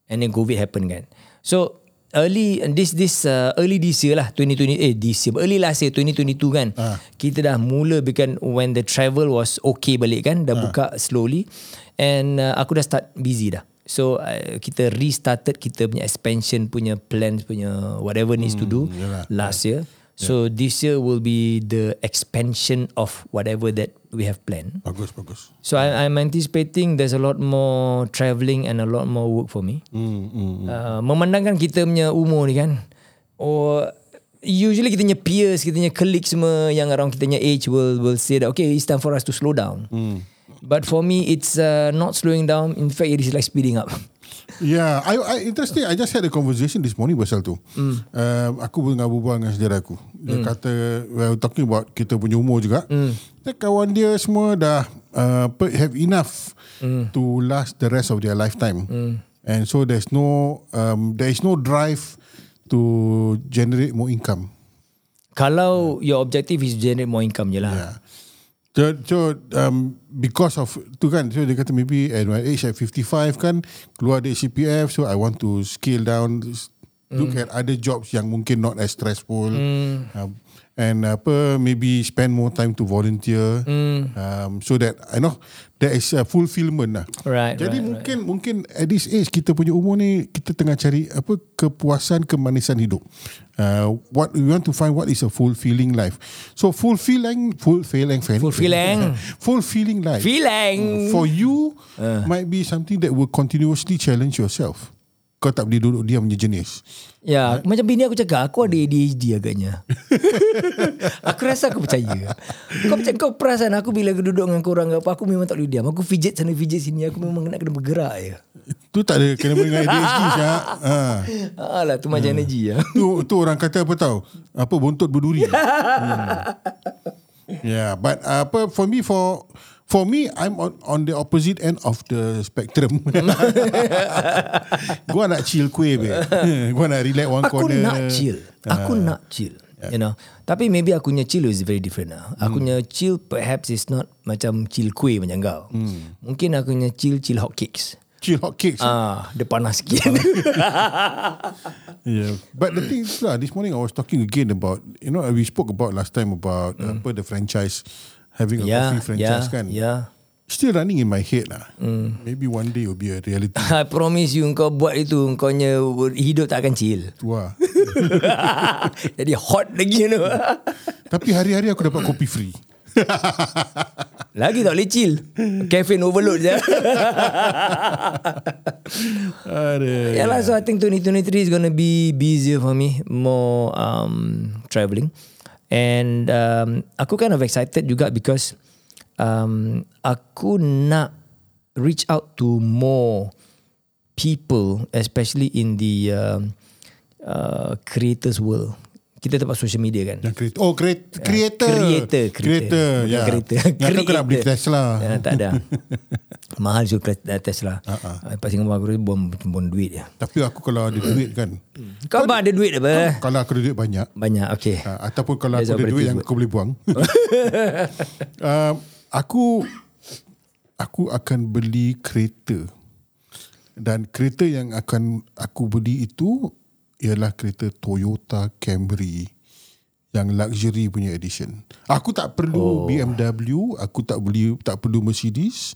Speaker 2: and then covid happened kan so early this this uh, early this year lah 2020 eh this year early last year 2022 kan
Speaker 1: Ah.
Speaker 2: kita dah mula bukan when the travel was okay balik kan dah buka slowly and uh, aku dah start busy dah so uh, kita restarted kita punya expansion punya plans punya whatever needs
Speaker 1: Hmm,
Speaker 2: to do
Speaker 1: yalah.
Speaker 2: last year so
Speaker 1: Ya.
Speaker 2: this year will be the expansion of whatever that we have planned
Speaker 1: Bagus, bagus.
Speaker 2: So I, I'm anticipating there's a lot more travelling and a lot more work for me.
Speaker 1: Hmm, hmm.
Speaker 2: Uh, memandangkan kita punya umur ni kan. Or usually kita punya peers, kita punya colleagues semua yang around kita punya age will will say that okay it's time for us to slow down.
Speaker 1: Hmm.
Speaker 2: Mm. But for me it's uh, not slowing down. In fact it is like speeding up.
Speaker 1: Yeah, Ya, I, I interesting. I just had a conversation this morning pasal tu. Mm. Um, aku pun berbual dengan saudara aku. Dia mm. kata, well, talking about kita punya umur juga. Mm. Dia kawan dia semua dah uh, apa, have enough mm. to last the rest of their lifetime. Mm. And so there's no um, there is no drive to generate more income.
Speaker 2: Kalau your objective is generate more income je lah. Yeah.
Speaker 1: Yeah. So, so um, because of tu kan so dia kata maybe at my age at 55 kan keluar dari CPF so I want to scale down s- look
Speaker 2: Mm.
Speaker 1: at other jobs yang mungkin not as stressful um, and apa maybe spend more time to volunteer
Speaker 2: Mm.
Speaker 1: um, so that I know there is a fulfillment lah
Speaker 2: Right.
Speaker 1: jadi
Speaker 2: right,
Speaker 1: mungkin right. mungkin at this age kita punya umur ni kita tengah cari apa kepuasan kemanisan hidup. Uh, what we want to find what is a fulfilling life. So fulfilling fulfilling
Speaker 2: Fulfilling.
Speaker 1: fulfilling life
Speaker 2: Feeling.
Speaker 1: for you uh. might be something that will continuously challenge yourself. Kau tak boleh duduk diam punya jenis.
Speaker 2: Ya, right. macam bini aku cakap aku ada ADHD agaknya. aku rasa aku percaya. Kau percaya kau perasan aku bila aku duduk dengan korang ke apa aku memang tak boleh diam. Aku fidget sana fidget sini aku memang nak kena bergerak je.
Speaker 1: Tu tak ada kena dengan ADHD Syak. Ha.
Speaker 2: Alah tu macam energy ya.
Speaker 1: Tu, tu orang kata apa tahu? Apa bontot berduri. hmm. Yeah, but uh, apa for me for for me I'm on on the opposite end of the spectrum. gua nak chill kuih be. gua nak relax one
Speaker 2: Aku
Speaker 1: corner.
Speaker 2: nak chill. Aku nak chill. You know. Tapi maybe aku punya chill is very different lah. Aku punya chill perhaps is not macam chill kuih macam kau. Mungkin aku punya chill chill hot cakes.
Speaker 1: Chill hot cakes.
Speaker 2: Ah, dia panas sikit.
Speaker 1: Yeah. Ya, But the thing is lah, this morning I was talking again about, you know, we spoke about last time about mm. apa the franchise having a
Speaker 2: ya,
Speaker 1: coffee
Speaker 2: ya,
Speaker 1: franchise kan.
Speaker 2: ya.
Speaker 1: Still running in my head lah. Mm. Maybe one day it will be a reality.
Speaker 2: I promise you kau buat itu kau punya hidup tak akan chill.
Speaker 1: Wah.
Speaker 2: Jadi hot lagi you know.
Speaker 1: Tapi hari-hari aku dapat kopi free.
Speaker 2: lagi tak boleh chill. Caffeine overload je.
Speaker 1: Aduh.
Speaker 2: yeah lah, so I think 2023 is going to be busier for me. More um, travelling. And um, aku kind of excited juga because um, aku nak reach out to more people especially in the um, uh, creators world. Kita tempat social media kan.
Speaker 1: Yang creator. Oh, create, creator.
Speaker 2: Creator
Speaker 1: Creator.
Speaker 2: Bukan
Speaker 1: Ya.
Speaker 2: Creator
Speaker 1: Yang aku nak beli lah.
Speaker 2: Creator.
Speaker 1: Tesla.
Speaker 2: ya, Tak ada Mahal juga Tesla- Tesla
Speaker 1: Ha,
Speaker 2: uh-uh. Lepas Singapura aku rasa bom, bom duit ya.
Speaker 1: Tapi aku kalau ada duit kan.
Speaker 2: Kau abang ada duit apa?
Speaker 1: kalau aku ada duit banyak.
Speaker 2: Banyak okay
Speaker 1: Uh, ataupun kalau
Speaker 2: That's
Speaker 1: aku ada duit
Speaker 2: operative
Speaker 1: yang
Speaker 2: word.
Speaker 1: aku boleh buang. um, aku aku akan beli kereta. Dan kereta yang akan aku beli itu ialah kereta Toyota Camry yang luxury punya edition. Aku tak perlu oh. BMW, aku tak beli tak perlu Mercedes,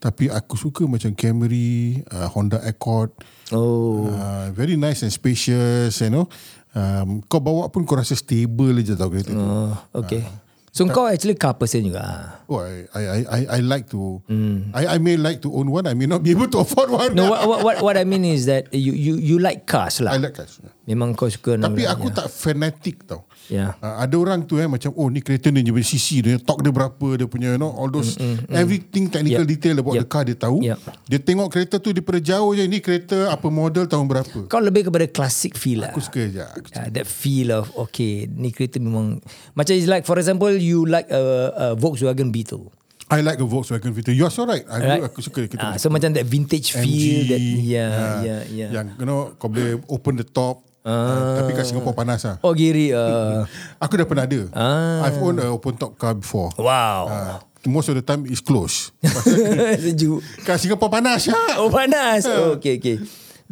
Speaker 1: tapi aku suka macam Camry, uh, Honda Accord,
Speaker 2: Oh
Speaker 1: Uh, very nice and spacious you know um, kau bawa pun kau rasa stable je tau kereta tu
Speaker 2: oh, Okay
Speaker 1: Ah.
Speaker 2: So kau actually car person juga ah?
Speaker 1: oh, I, I, I- I, I like to I, I may like to own one I may not be able to afford one
Speaker 2: Hmm. No what, what, what, what I mean is that You you you like cars
Speaker 1: I like
Speaker 2: lah
Speaker 1: cars
Speaker 2: Memang kau suka
Speaker 1: tapi
Speaker 2: nak-
Speaker 1: aku tak fanatic tau
Speaker 2: Ya.
Speaker 1: Uh, ada orang tu eh macam oh ni kereta ni dia punya CC dia torque dia berapa dia punya you know all those
Speaker 2: Hmm,
Speaker 1: everything technical
Speaker 2: Yep.
Speaker 1: detail about
Speaker 2: Yep.
Speaker 1: the car dia tahu
Speaker 2: Yep.
Speaker 1: dia tengok kereta tu daripada jauh je ni kereta apa model tahun berapa
Speaker 2: Kau lebih kepada classic feel lah
Speaker 1: aku suka je aku
Speaker 2: Yeah, that feel of okay, ni kereta memang macam it's like for example you like a, a Volkswagen Beetle.
Speaker 1: I like a Volkswagen Vito. You are so right. Aku,
Speaker 2: Right?
Speaker 1: aku suka kereta
Speaker 2: Ah, so macam that vintage feel that ya, yeah,
Speaker 1: ah,
Speaker 2: yeah, yeah.
Speaker 1: Yang you know kau boleh open the top. Ah. Tapi kat Singapore panas lah.
Speaker 2: Oh giri uh,
Speaker 1: Aku dah pernah ada. Ah. I've owned a open top car before.
Speaker 2: wow.
Speaker 1: Ah, most of the time it's closed.
Speaker 2: Sejuk.
Speaker 1: kat Singapore panas lah.
Speaker 2: Oh panas. Oh, okay okay.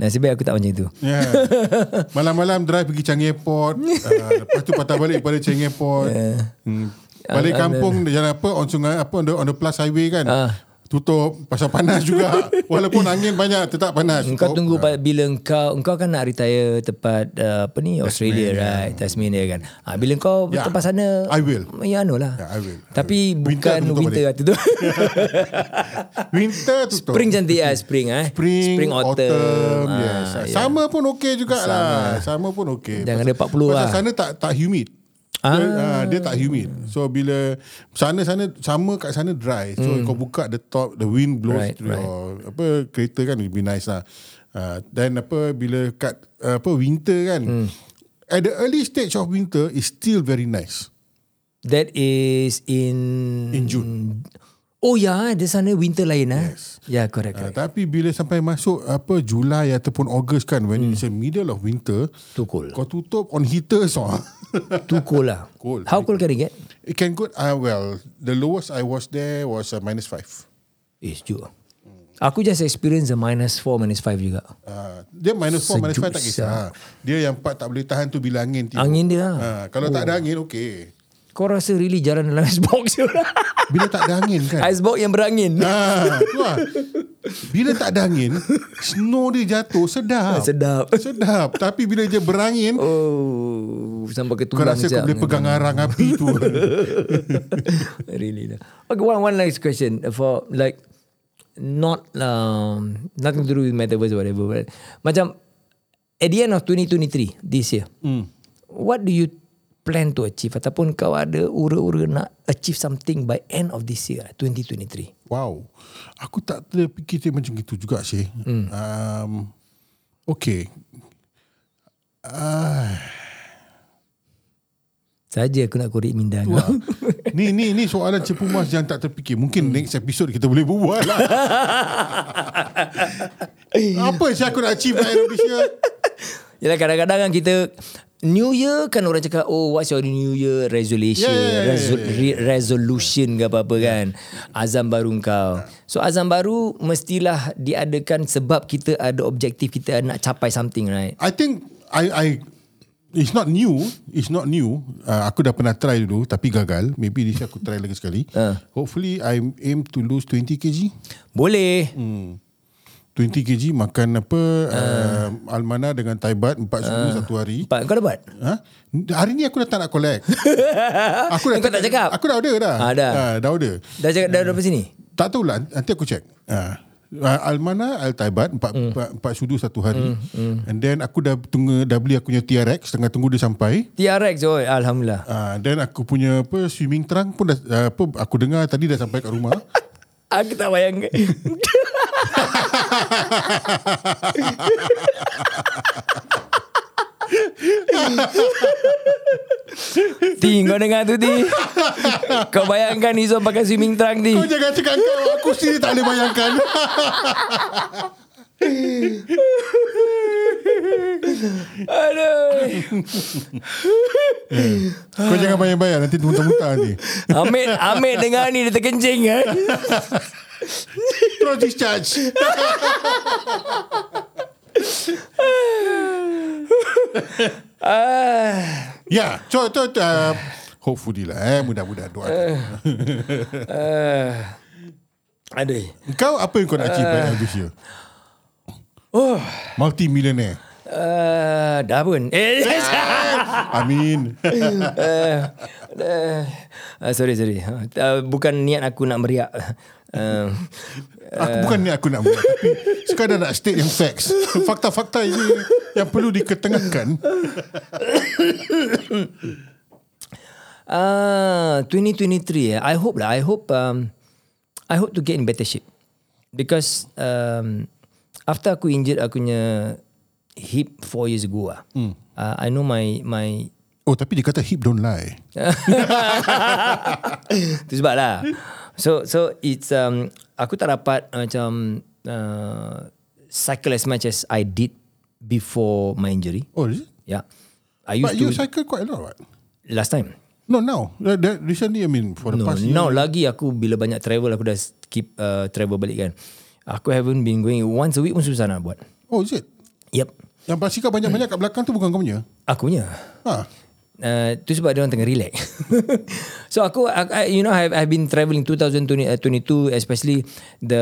Speaker 2: Nasib baik aku tak macam tu
Speaker 1: Yeah. Ya. Malam-malam drive pergi Changi Airport. uh, lepas tu patah balik pada Changi Airport. Yeah. Hmm. Balik kampung jalan apa on sungai apa on the, on the plus highway kan.
Speaker 2: Ah.
Speaker 1: Tutup pasal panas juga. Walaupun angin banyak tetap panas. Ah.
Speaker 2: Engkau tunggu uh, bila engkau engkau kan nak retire tempat uh, apa ni Australia Tasmania. right Tasmania kan. Ah bila engkau
Speaker 1: Yeah.
Speaker 2: yeah. tempat sana
Speaker 1: Ya. I will.
Speaker 2: Ya anu lah.
Speaker 1: Yeah, I will.
Speaker 2: Tapi
Speaker 1: I will.
Speaker 2: bukan
Speaker 1: Winter tutup
Speaker 2: winter, winter tu.
Speaker 1: Winter tutup.
Speaker 2: spring cantik ah spring eh.
Speaker 1: Spring,
Speaker 2: spring autumn.
Speaker 1: autumn
Speaker 2: Ah,
Speaker 1: yes. Sama pun okey jugalah. Sama. Sama pun okey.
Speaker 2: Jangan
Speaker 1: Pasal-
Speaker 2: ada 40
Speaker 1: pasal
Speaker 2: lah.
Speaker 1: sana tak tak humid. Ah. Dia, ah, dia tak humid. So bila sana sana sama kat sana dry. So kau buka the top the wind blows
Speaker 2: Hmm.
Speaker 1: right,
Speaker 2: Right,
Speaker 1: through right. your apa kereta kan it'll be nice lah. Uh, then apa bila kat uh, apa winter kan. Hmm. At the early stage of winter is still very nice.
Speaker 2: That is in
Speaker 1: In June.
Speaker 2: Oh ya, di sana winter lain ah.
Speaker 1: Yes.
Speaker 2: Ya, correct
Speaker 1: Uh,
Speaker 2: correct.
Speaker 1: tapi bila sampai masuk apa Julai ataupun Ogos kan when hmm. it's the middle of winter
Speaker 2: Too cold.
Speaker 1: kau tutup on heaters oh.
Speaker 2: Too cold lah.
Speaker 1: Cold.
Speaker 2: How cold can it get?
Speaker 1: It can go uh, well. The lowest I was there was uh, minus five.
Speaker 2: Eh, sejuk.
Speaker 1: Hmm.
Speaker 2: ah. Aku just experience a minus 4, minus 5 juga.
Speaker 1: Uh, dia minus four, minus
Speaker 2: Sejuk
Speaker 1: five tak kisah. Ah, Dia yang part tak boleh tahan tu bila angin tiba.
Speaker 2: Angin dia lah.
Speaker 1: Uh, kalau oh. tak ada angin, okey.
Speaker 2: Kau rasa really jalan dalam icebox tu lah.
Speaker 1: Bila tak ada angin kan?
Speaker 2: Icebox yang berangin.
Speaker 1: Ah, tu lah. Bila tak ada angin, snow dia jatuh sedap.
Speaker 2: Sedap.
Speaker 1: Sedap. Tapi bila dia berangin,
Speaker 2: Oh, sampai ke
Speaker 1: kau
Speaker 2: tulang
Speaker 1: rasa kau boleh pegang
Speaker 2: Hmm.
Speaker 1: arang api tu.
Speaker 2: really lah. Okay, one one last question for like not um, nothing to do with metaverse or whatever. But macam at the end of 2023 this year, mm. what do you plan to achieve ataupun kau ada ura-ura nak achieve something by end of this year 2023?
Speaker 1: Wow. Aku tak terfikir dia macam itu juga sih. Hmm. Um, okay.
Speaker 2: Saja aku nak korek minda kau.
Speaker 1: ni ni ni soalan cepu mas yang tak terfikir.
Speaker 2: Hmm.
Speaker 1: Mungkin next episode kita boleh berbual lah. Apa yang aku nak achieve lah by end of this year?
Speaker 2: Yalah kadang-kadang kan kita New Year kan orang cakap Oh what's your New Year resolution
Speaker 1: Yeah, yeah, yeah, yeah,
Speaker 2: Resu- re- Resolution ke apa-apa kan Azam baru kau So azam baru Mestilah diadakan Sebab kita ada objektif Kita nak capai something right
Speaker 1: I think I I it's not new, it's not new. Uh, aku dah pernah try dulu tapi gagal. Maybe this year aku try lagi sekali. Uh.
Speaker 2: Ha.
Speaker 1: Hopefully I aim to lose 20 kg.
Speaker 2: Boleh
Speaker 1: Hmm. 20 kg makan apa uh.
Speaker 2: Ha.
Speaker 1: Uh, almana dengan taibat 4 sudu uh. satu hari.
Speaker 2: Empat kau dapat
Speaker 1: Ha? Hari ni aku dah tak nak collect. aku
Speaker 2: Kau tak cakap?
Speaker 1: Aku dah order dah.
Speaker 2: Ah, dah.
Speaker 1: Ha, dah order.
Speaker 2: Dah cakap
Speaker 1: Hmm.
Speaker 2: dah berapa sini
Speaker 1: Tak tahulah nanti aku check. Ha. Uh, Almana Al Taibat empat, mm. empat, empat sudu satu hari mm, mm. and then aku dah tunggu dah beli aku punya TRX tengah tunggu dia sampai
Speaker 2: TRX oh Alhamdulillah
Speaker 1: uh, then aku punya apa swimming trunk pun dah uh, apa aku dengar tadi dah sampai kat rumah
Speaker 2: Aku tak bayangkan Ti kau dengar tu Ti Kau bayangkan Izzo pakai swimming trunk Ti
Speaker 1: kau jangan cakap kau aku sendiri tak boleh bayangkan
Speaker 2: Aduh
Speaker 1: Eh, kau jangan bayang-bayang nanti muntah-muntah ni
Speaker 2: Amit Amit dengar ni Dia terkencing eh?
Speaker 1: terus discharge
Speaker 2: ah.
Speaker 1: Ya, so itu uh, hopefully lah eh mudah-mudahan doa.
Speaker 2: ah. Aduh eh.
Speaker 1: Kau apa yang kau nak achieve uh, this year?
Speaker 2: Oh
Speaker 1: Multi millionaire.
Speaker 2: uh, Dah pun Eh
Speaker 1: Amin.
Speaker 2: uh, uh, uh, sorry sorry uh, bukan niat aku nak meriak uh,
Speaker 1: aku bukan ni aku nak buat tapi sekadar nak state yang facts. Fakta-fakta ini yang perlu diketengahkan.
Speaker 2: uh, 2023 eh, I hope lah I hope um, I hope to get in better shape because um, after aku injured aku punya hip 4 years ago ah,
Speaker 1: Hmm.
Speaker 2: mm. uh, I know my my
Speaker 1: Oh tapi dia kata hip don't lie.
Speaker 2: Itu sebab lah So so it's um, Aku tak dapat uh, Macam uh, Cycle as much as I did Before my injury
Speaker 1: Oh is it?
Speaker 2: Yeah I
Speaker 1: But
Speaker 2: used
Speaker 1: you
Speaker 2: to
Speaker 1: cycle quite a lot right?
Speaker 2: Last time
Speaker 1: No now. That, that recently I mean for the
Speaker 2: No
Speaker 1: past year.
Speaker 2: now lagi aku Bila banyak travel Aku dah keep uh, travel balik kan Aku haven't been going Once a week pun susah nak buat
Speaker 1: Oh is it?
Speaker 2: Yep.
Speaker 1: Yang basikal banyak-banyak
Speaker 2: Eh.
Speaker 1: kat belakang tu bukan kau punya.
Speaker 2: Aku punya.
Speaker 1: Ha.
Speaker 2: Uh, tu sebab dia orang tengah relax. so aku, I, I- you know, I've, I've been traveling 2022, especially the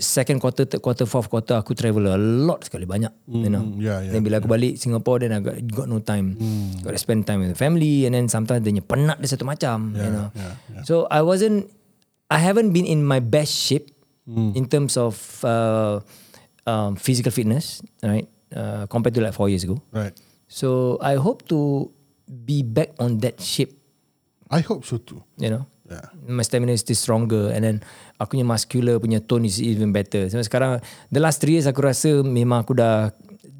Speaker 2: second quarter, third quarter, fourth quarter, aku travel a lot sekali banyak. Mm, you know,
Speaker 1: yeah, yeah.
Speaker 2: Then bila aku balik Singapore, then I got, got no time. Mm. Got to spend time with the family, and then sometimes dia punya penat dia satu macam. Yeah, you know,
Speaker 1: yeah,
Speaker 2: yeah. so I wasn't, I haven't been in my best shape mm. in terms of uh, um, physical fitness, right? Uh, compared to like four years ago.
Speaker 1: Right.
Speaker 2: So I hope to be back on that shape,
Speaker 1: I hope so too.
Speaker 2: you know.
Speaker 1: Yeah.
Speaker 2: My stamina is still stronger and then aku punya muscular punya tone is even better. So sekarang the last three years aku rasa memang aku dah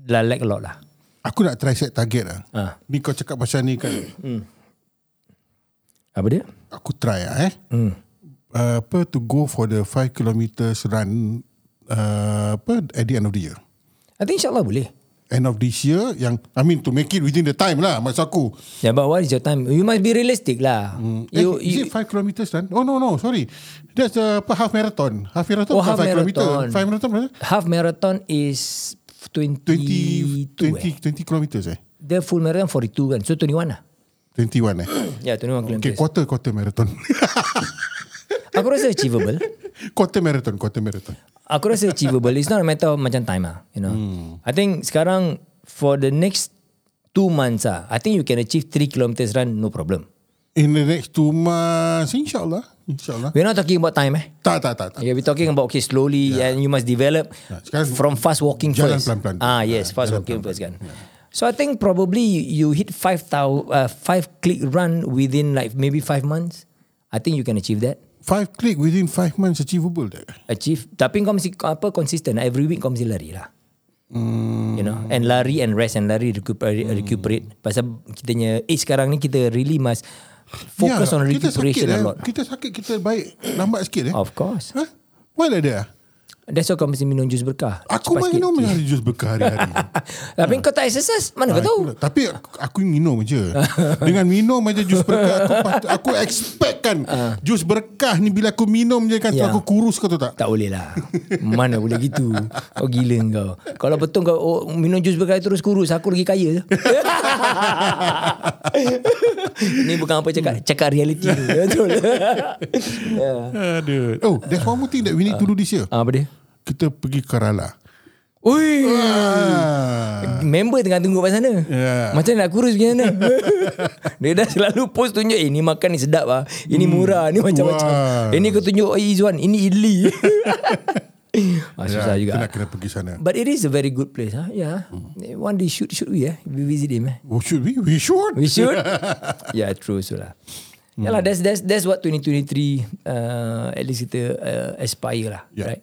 Speaker 2: dah lag a lot lah.
Speaker 1: Aku nak try set target lah.
Speaker 2: Ha.
Speaker 1: Ni kau cakap pasal ni kan.
Speaker 2: Apa dia?
Speaker 1: aku try lah eh. Hmm. Uh, apa to go for the 5 kilometers run uh, apa at the end of the year.
Speaker 2: I think insyaAllah boleh.
Speaker 1: End of this year yang I mean to make it within the time lah maksud aku.
Speaker 2: Yeah, but what is your time? You must be realistic lah.
Speaker 1: Eh,
Speaker 2: You,
Speaker 1: is
Speaker 2: you,
Speaker 1: it 5 kilometers run? Oh no no sorry. That's the apa half marathon. Half marathon
Speaker 2: Oh,
Speaker 1: bukan
Speaker 2: half
Speaker 1: 5 kilometer.
Speaker 2: marathon.
Speaker 1: 5 marathon berapa?
Speaker 2: half marathon is
Speaker 1: 20
Speaker 2: 22 eh.
Speaker 1: 20 20 kilometers eh.
Speaker 2: The full marathon 42 kan. So 21 lah.
Speaker 1: 21 eh. Okay,
Speaker 2: Yeah, 21 kilometers.
Speaker 1: quarter quarter marathon.
Speaker 2: Aku rasa achievable.
Speaker 1: quarter marathon, quarter marathon.
Speaker 2: Aku rasa achievable. It's not a matter of macam time lah. You know. Hmm. I think sekarang for the next two months ah, I think you can achieve three kilometers run no problem.
Speaker 1: In the next two months, insyaAllah. InsyaAllah.
Speaker 2: We're not talking about time eh.
Speaker 1: Tak, tak, tak. tak.
Speaker 2: Yeah, we're talking about okay slowly yeah. and you must develop
Speaker 1: Nah, sekarang
Speaker 2: from fast walking
Speaker 1: jalan
Speaker 2: first.
Speaker 1: pelan-pelan.
Speaker 2: Ah yes, fast walking first kan. So I think probably you, you hit five thou, uh, five click run within like maybe five months. I think you can achieve that.
Speaker 1: Five click within five months achievable tak?
Speaker 2: achieve tapi kau mesti apa consistent every week kau mesti lari lah
Speaker 1: Hmm.
Speaker 2: mm. you know and lari and rest and lari recuperate, mm. recuperate pasal kita punya age sekarang ni kita really must focus yeah,
Speaker 1: kita
Speaker 2: on
Speaker 1: sakit,
Speaker 2: recuperation a
Speaker 1: eh.
Speaker 2: lot Oh.
Speaker 1: Kita sakit, kita baik lambat sikit eh.
Speaker 2: of course
Speaker 1: Ha? Why like that? ah?
Speaker 2: that's why kau mesti minum jus berkah
Speaker 1: Aku
Speaker 2: Cepat sikit.
Speaker 1: minum hari jus berkah hari-hari.
Speaker 2: tapi kau tak exercise mana kau tahu
Speaker 1: Aku- Tapi aku, aku minum je. Dengan minum aja jus berkah aku pat- aku expect kan jus berkah ni bila aku minum je kan tu
Speaker 2: Ah. Ya.
Speaker 1: aku kurus kau tahu tak?
Speaker 2: tak boleh lah Mana boleh gitu Kau gila kau Kalau betul kau oh, Minum jus berkali terus kurus Aku lagi kaya je Ni bukan apa cakap Cakap reality ni Betul yeah.
Speaker 1: Aduh. Oh, there's one more thing that we need to do this year.
Speaker 2: Ah, apa dia?
Speaker 1: Kita pergi Kerala.
Speaker 2: Ui,
Speaker 1: Ah.
Speaker 2: member tengah tunggu kat sana.
Speaker 1: Ya.
Speaker 2: Macam nak kurus macam mana? dia dah selalu post tunjuk, eh ni makan ni sedap ah. Ini murah, ni macam-macam.
Speaker 1: Hmm. Wah.
Speaker 2: Eh ni kau tunjuk eh, Izwan, ini idli. ah, susah
Speaker 1: Ya,
Speaker 2: juga.
Speaker 1: Kita nak kena Hmm. pergi sana.
Speaker 2: But it is a very good place, huh? Yeah. One day should should we eh? We visit him eh?
Speaker 1: Oh, should we? We should.
Speaker 2: We should. yeah, true so lah. Yeah lah, that's that's that's what 2023 uh, at least kita uh, aspire lah,
Speaker 1: Yeah.
Speaker 2: right?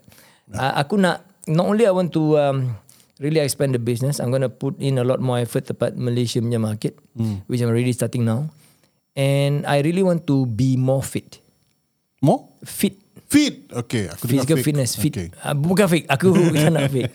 Speaker 2: Uh, aku nak not only I want to um, really expand the business, I'm going to put in a lot more effort tepat Malaysia punya market, which I'm already starting now. And I really want to be more fit.
Speaker 1: More?
Speaker 2: Fit
Speaker 1: Fit. Okay, aku dengar
Speaker 2: physical
Speaker 1: fit.
Speaker 2: fitness fit
Speaker 1: Okay.
Speaker 2: okay. uh, bukan fit aku bukan nak fit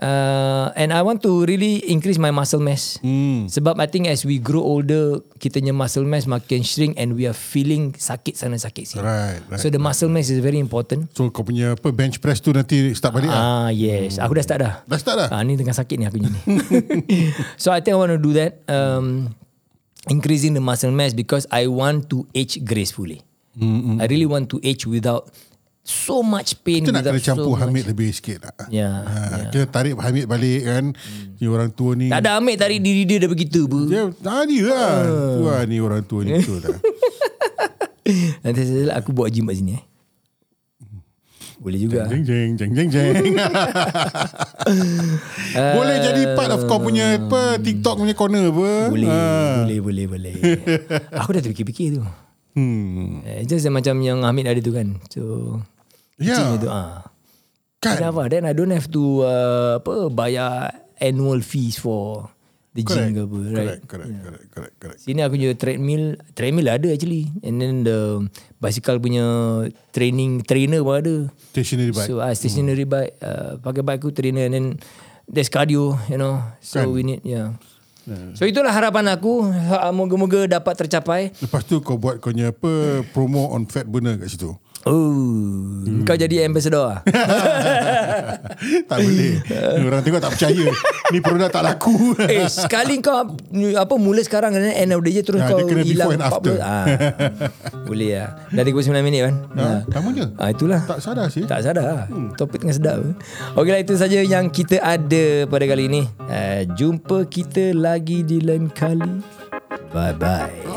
Speaker 2: uh, and I want to really increase my muscle mass
Speaker 1: Hmm.
Speaker 2: sebab I think as we grow older kita punya muscle mass makin shrink and we are feeling sakit sana sakit sini
Speaker 1: Right, right.
Speaker 2: so the muscle mass is very important
Speaker 1: So kau punya apa bench press tu nanti start balik ah.
Speaker 2: ah yes aku dah start dah
Speaker 1: Dah start dah?
Speaker 2: ah, ni tengah sakit ni aku ni so I think I want to do that um, increasing the muscle mass because I want to age gracefully mm I really want to age without so much pain
Speaker 1: Hmm, Kita nak
Speaker 2: without
Speaker 1: kena campur
Speaker 2: so much-
Speaker 1: Hamid lebih sikit lah.
Speaker 2: Ya, Hmm.
Speaker 1: Ha, Kita tarik Hamid balik kan. Ni orang tua ni.
Speaker 2: Tak ada Ah. ambil tarik diri dia dah begitu bu.
Speaker 1: Dia tadi lah. Tua ni orang tua ni betul lah.
Speaker 2: Nanti saya lah, aku buat gym kat sini eh. Boleh juga.
Speaker 1: Jeng jeng jeng jeng jeng. Boleh jadi part of kau punya apa TikTok punya corner apa.
Speaker 2: Ah. Boleh,
Speaker 1: Ha.
Speaker 2: boleh, boleh, boleh. aku dah terfikir-fikir tu.
Speaker 1: Hmm.
Speaker 2: Eh, Just macam yang Hamid ada tu kan. So,
Speaker 1: Ya.
Speaker 2: macam tu. Ah.
Speaker 1: Kan.
Speaker 2: Then apa? Then I don't have to uh, apa bayar annual fees for the
Speaker 1: Correct.
Speaker 2: gym ke apa. Right?
Speaker 1: Correct, correct, correct, correct, correct.
Speaker 2: Sini aku punya treadmill Treadmill ada actually And then the Bicycle punya Training Trainer pun ada
Speaker 1: Stationary bike.
Speaker 2: So uh, stationary
Speaker 1: Hmm.
Speaker 2: bike uh, Pakai bike aku trainer And then There's cardio You know So
Speaker 1: Kan?
Speaker 2: we need Yeah So itulah harapan aku Ha- Moga-moga dapat tercapai
Speaker 1: Lepas tu kau buat kau punya apa promo on fat burner kat situ.
Speaker 2: Oh Kau jadi ambassador ah?
Speaker 1: tak boleh. Ni Orang tengok tak percaya. Ni produk tak laku. Ha?
Speaker 2: Eh sekali kau apa mula sekarang kan end of the year terus
Speaker 1: Ah,
Speaker 2: kau
Speaker 1: dia kena
Speaker 2: hilang
Speaker 1: before and after.
Speaker 2: 40. Ah. boleh lah. Dah 39 minit kan.
Speaker 1: Ha, lama je.
Speaker 2: Ah itulah.
Speaker 1: Tak sadar sih.
Speaker 2: Tak sadar lah. Topik tengah sedap Okeylah itu saja yang kita ada Eh, pada kali ini uh, Jumpa kita lagi di lain kali Bye-bye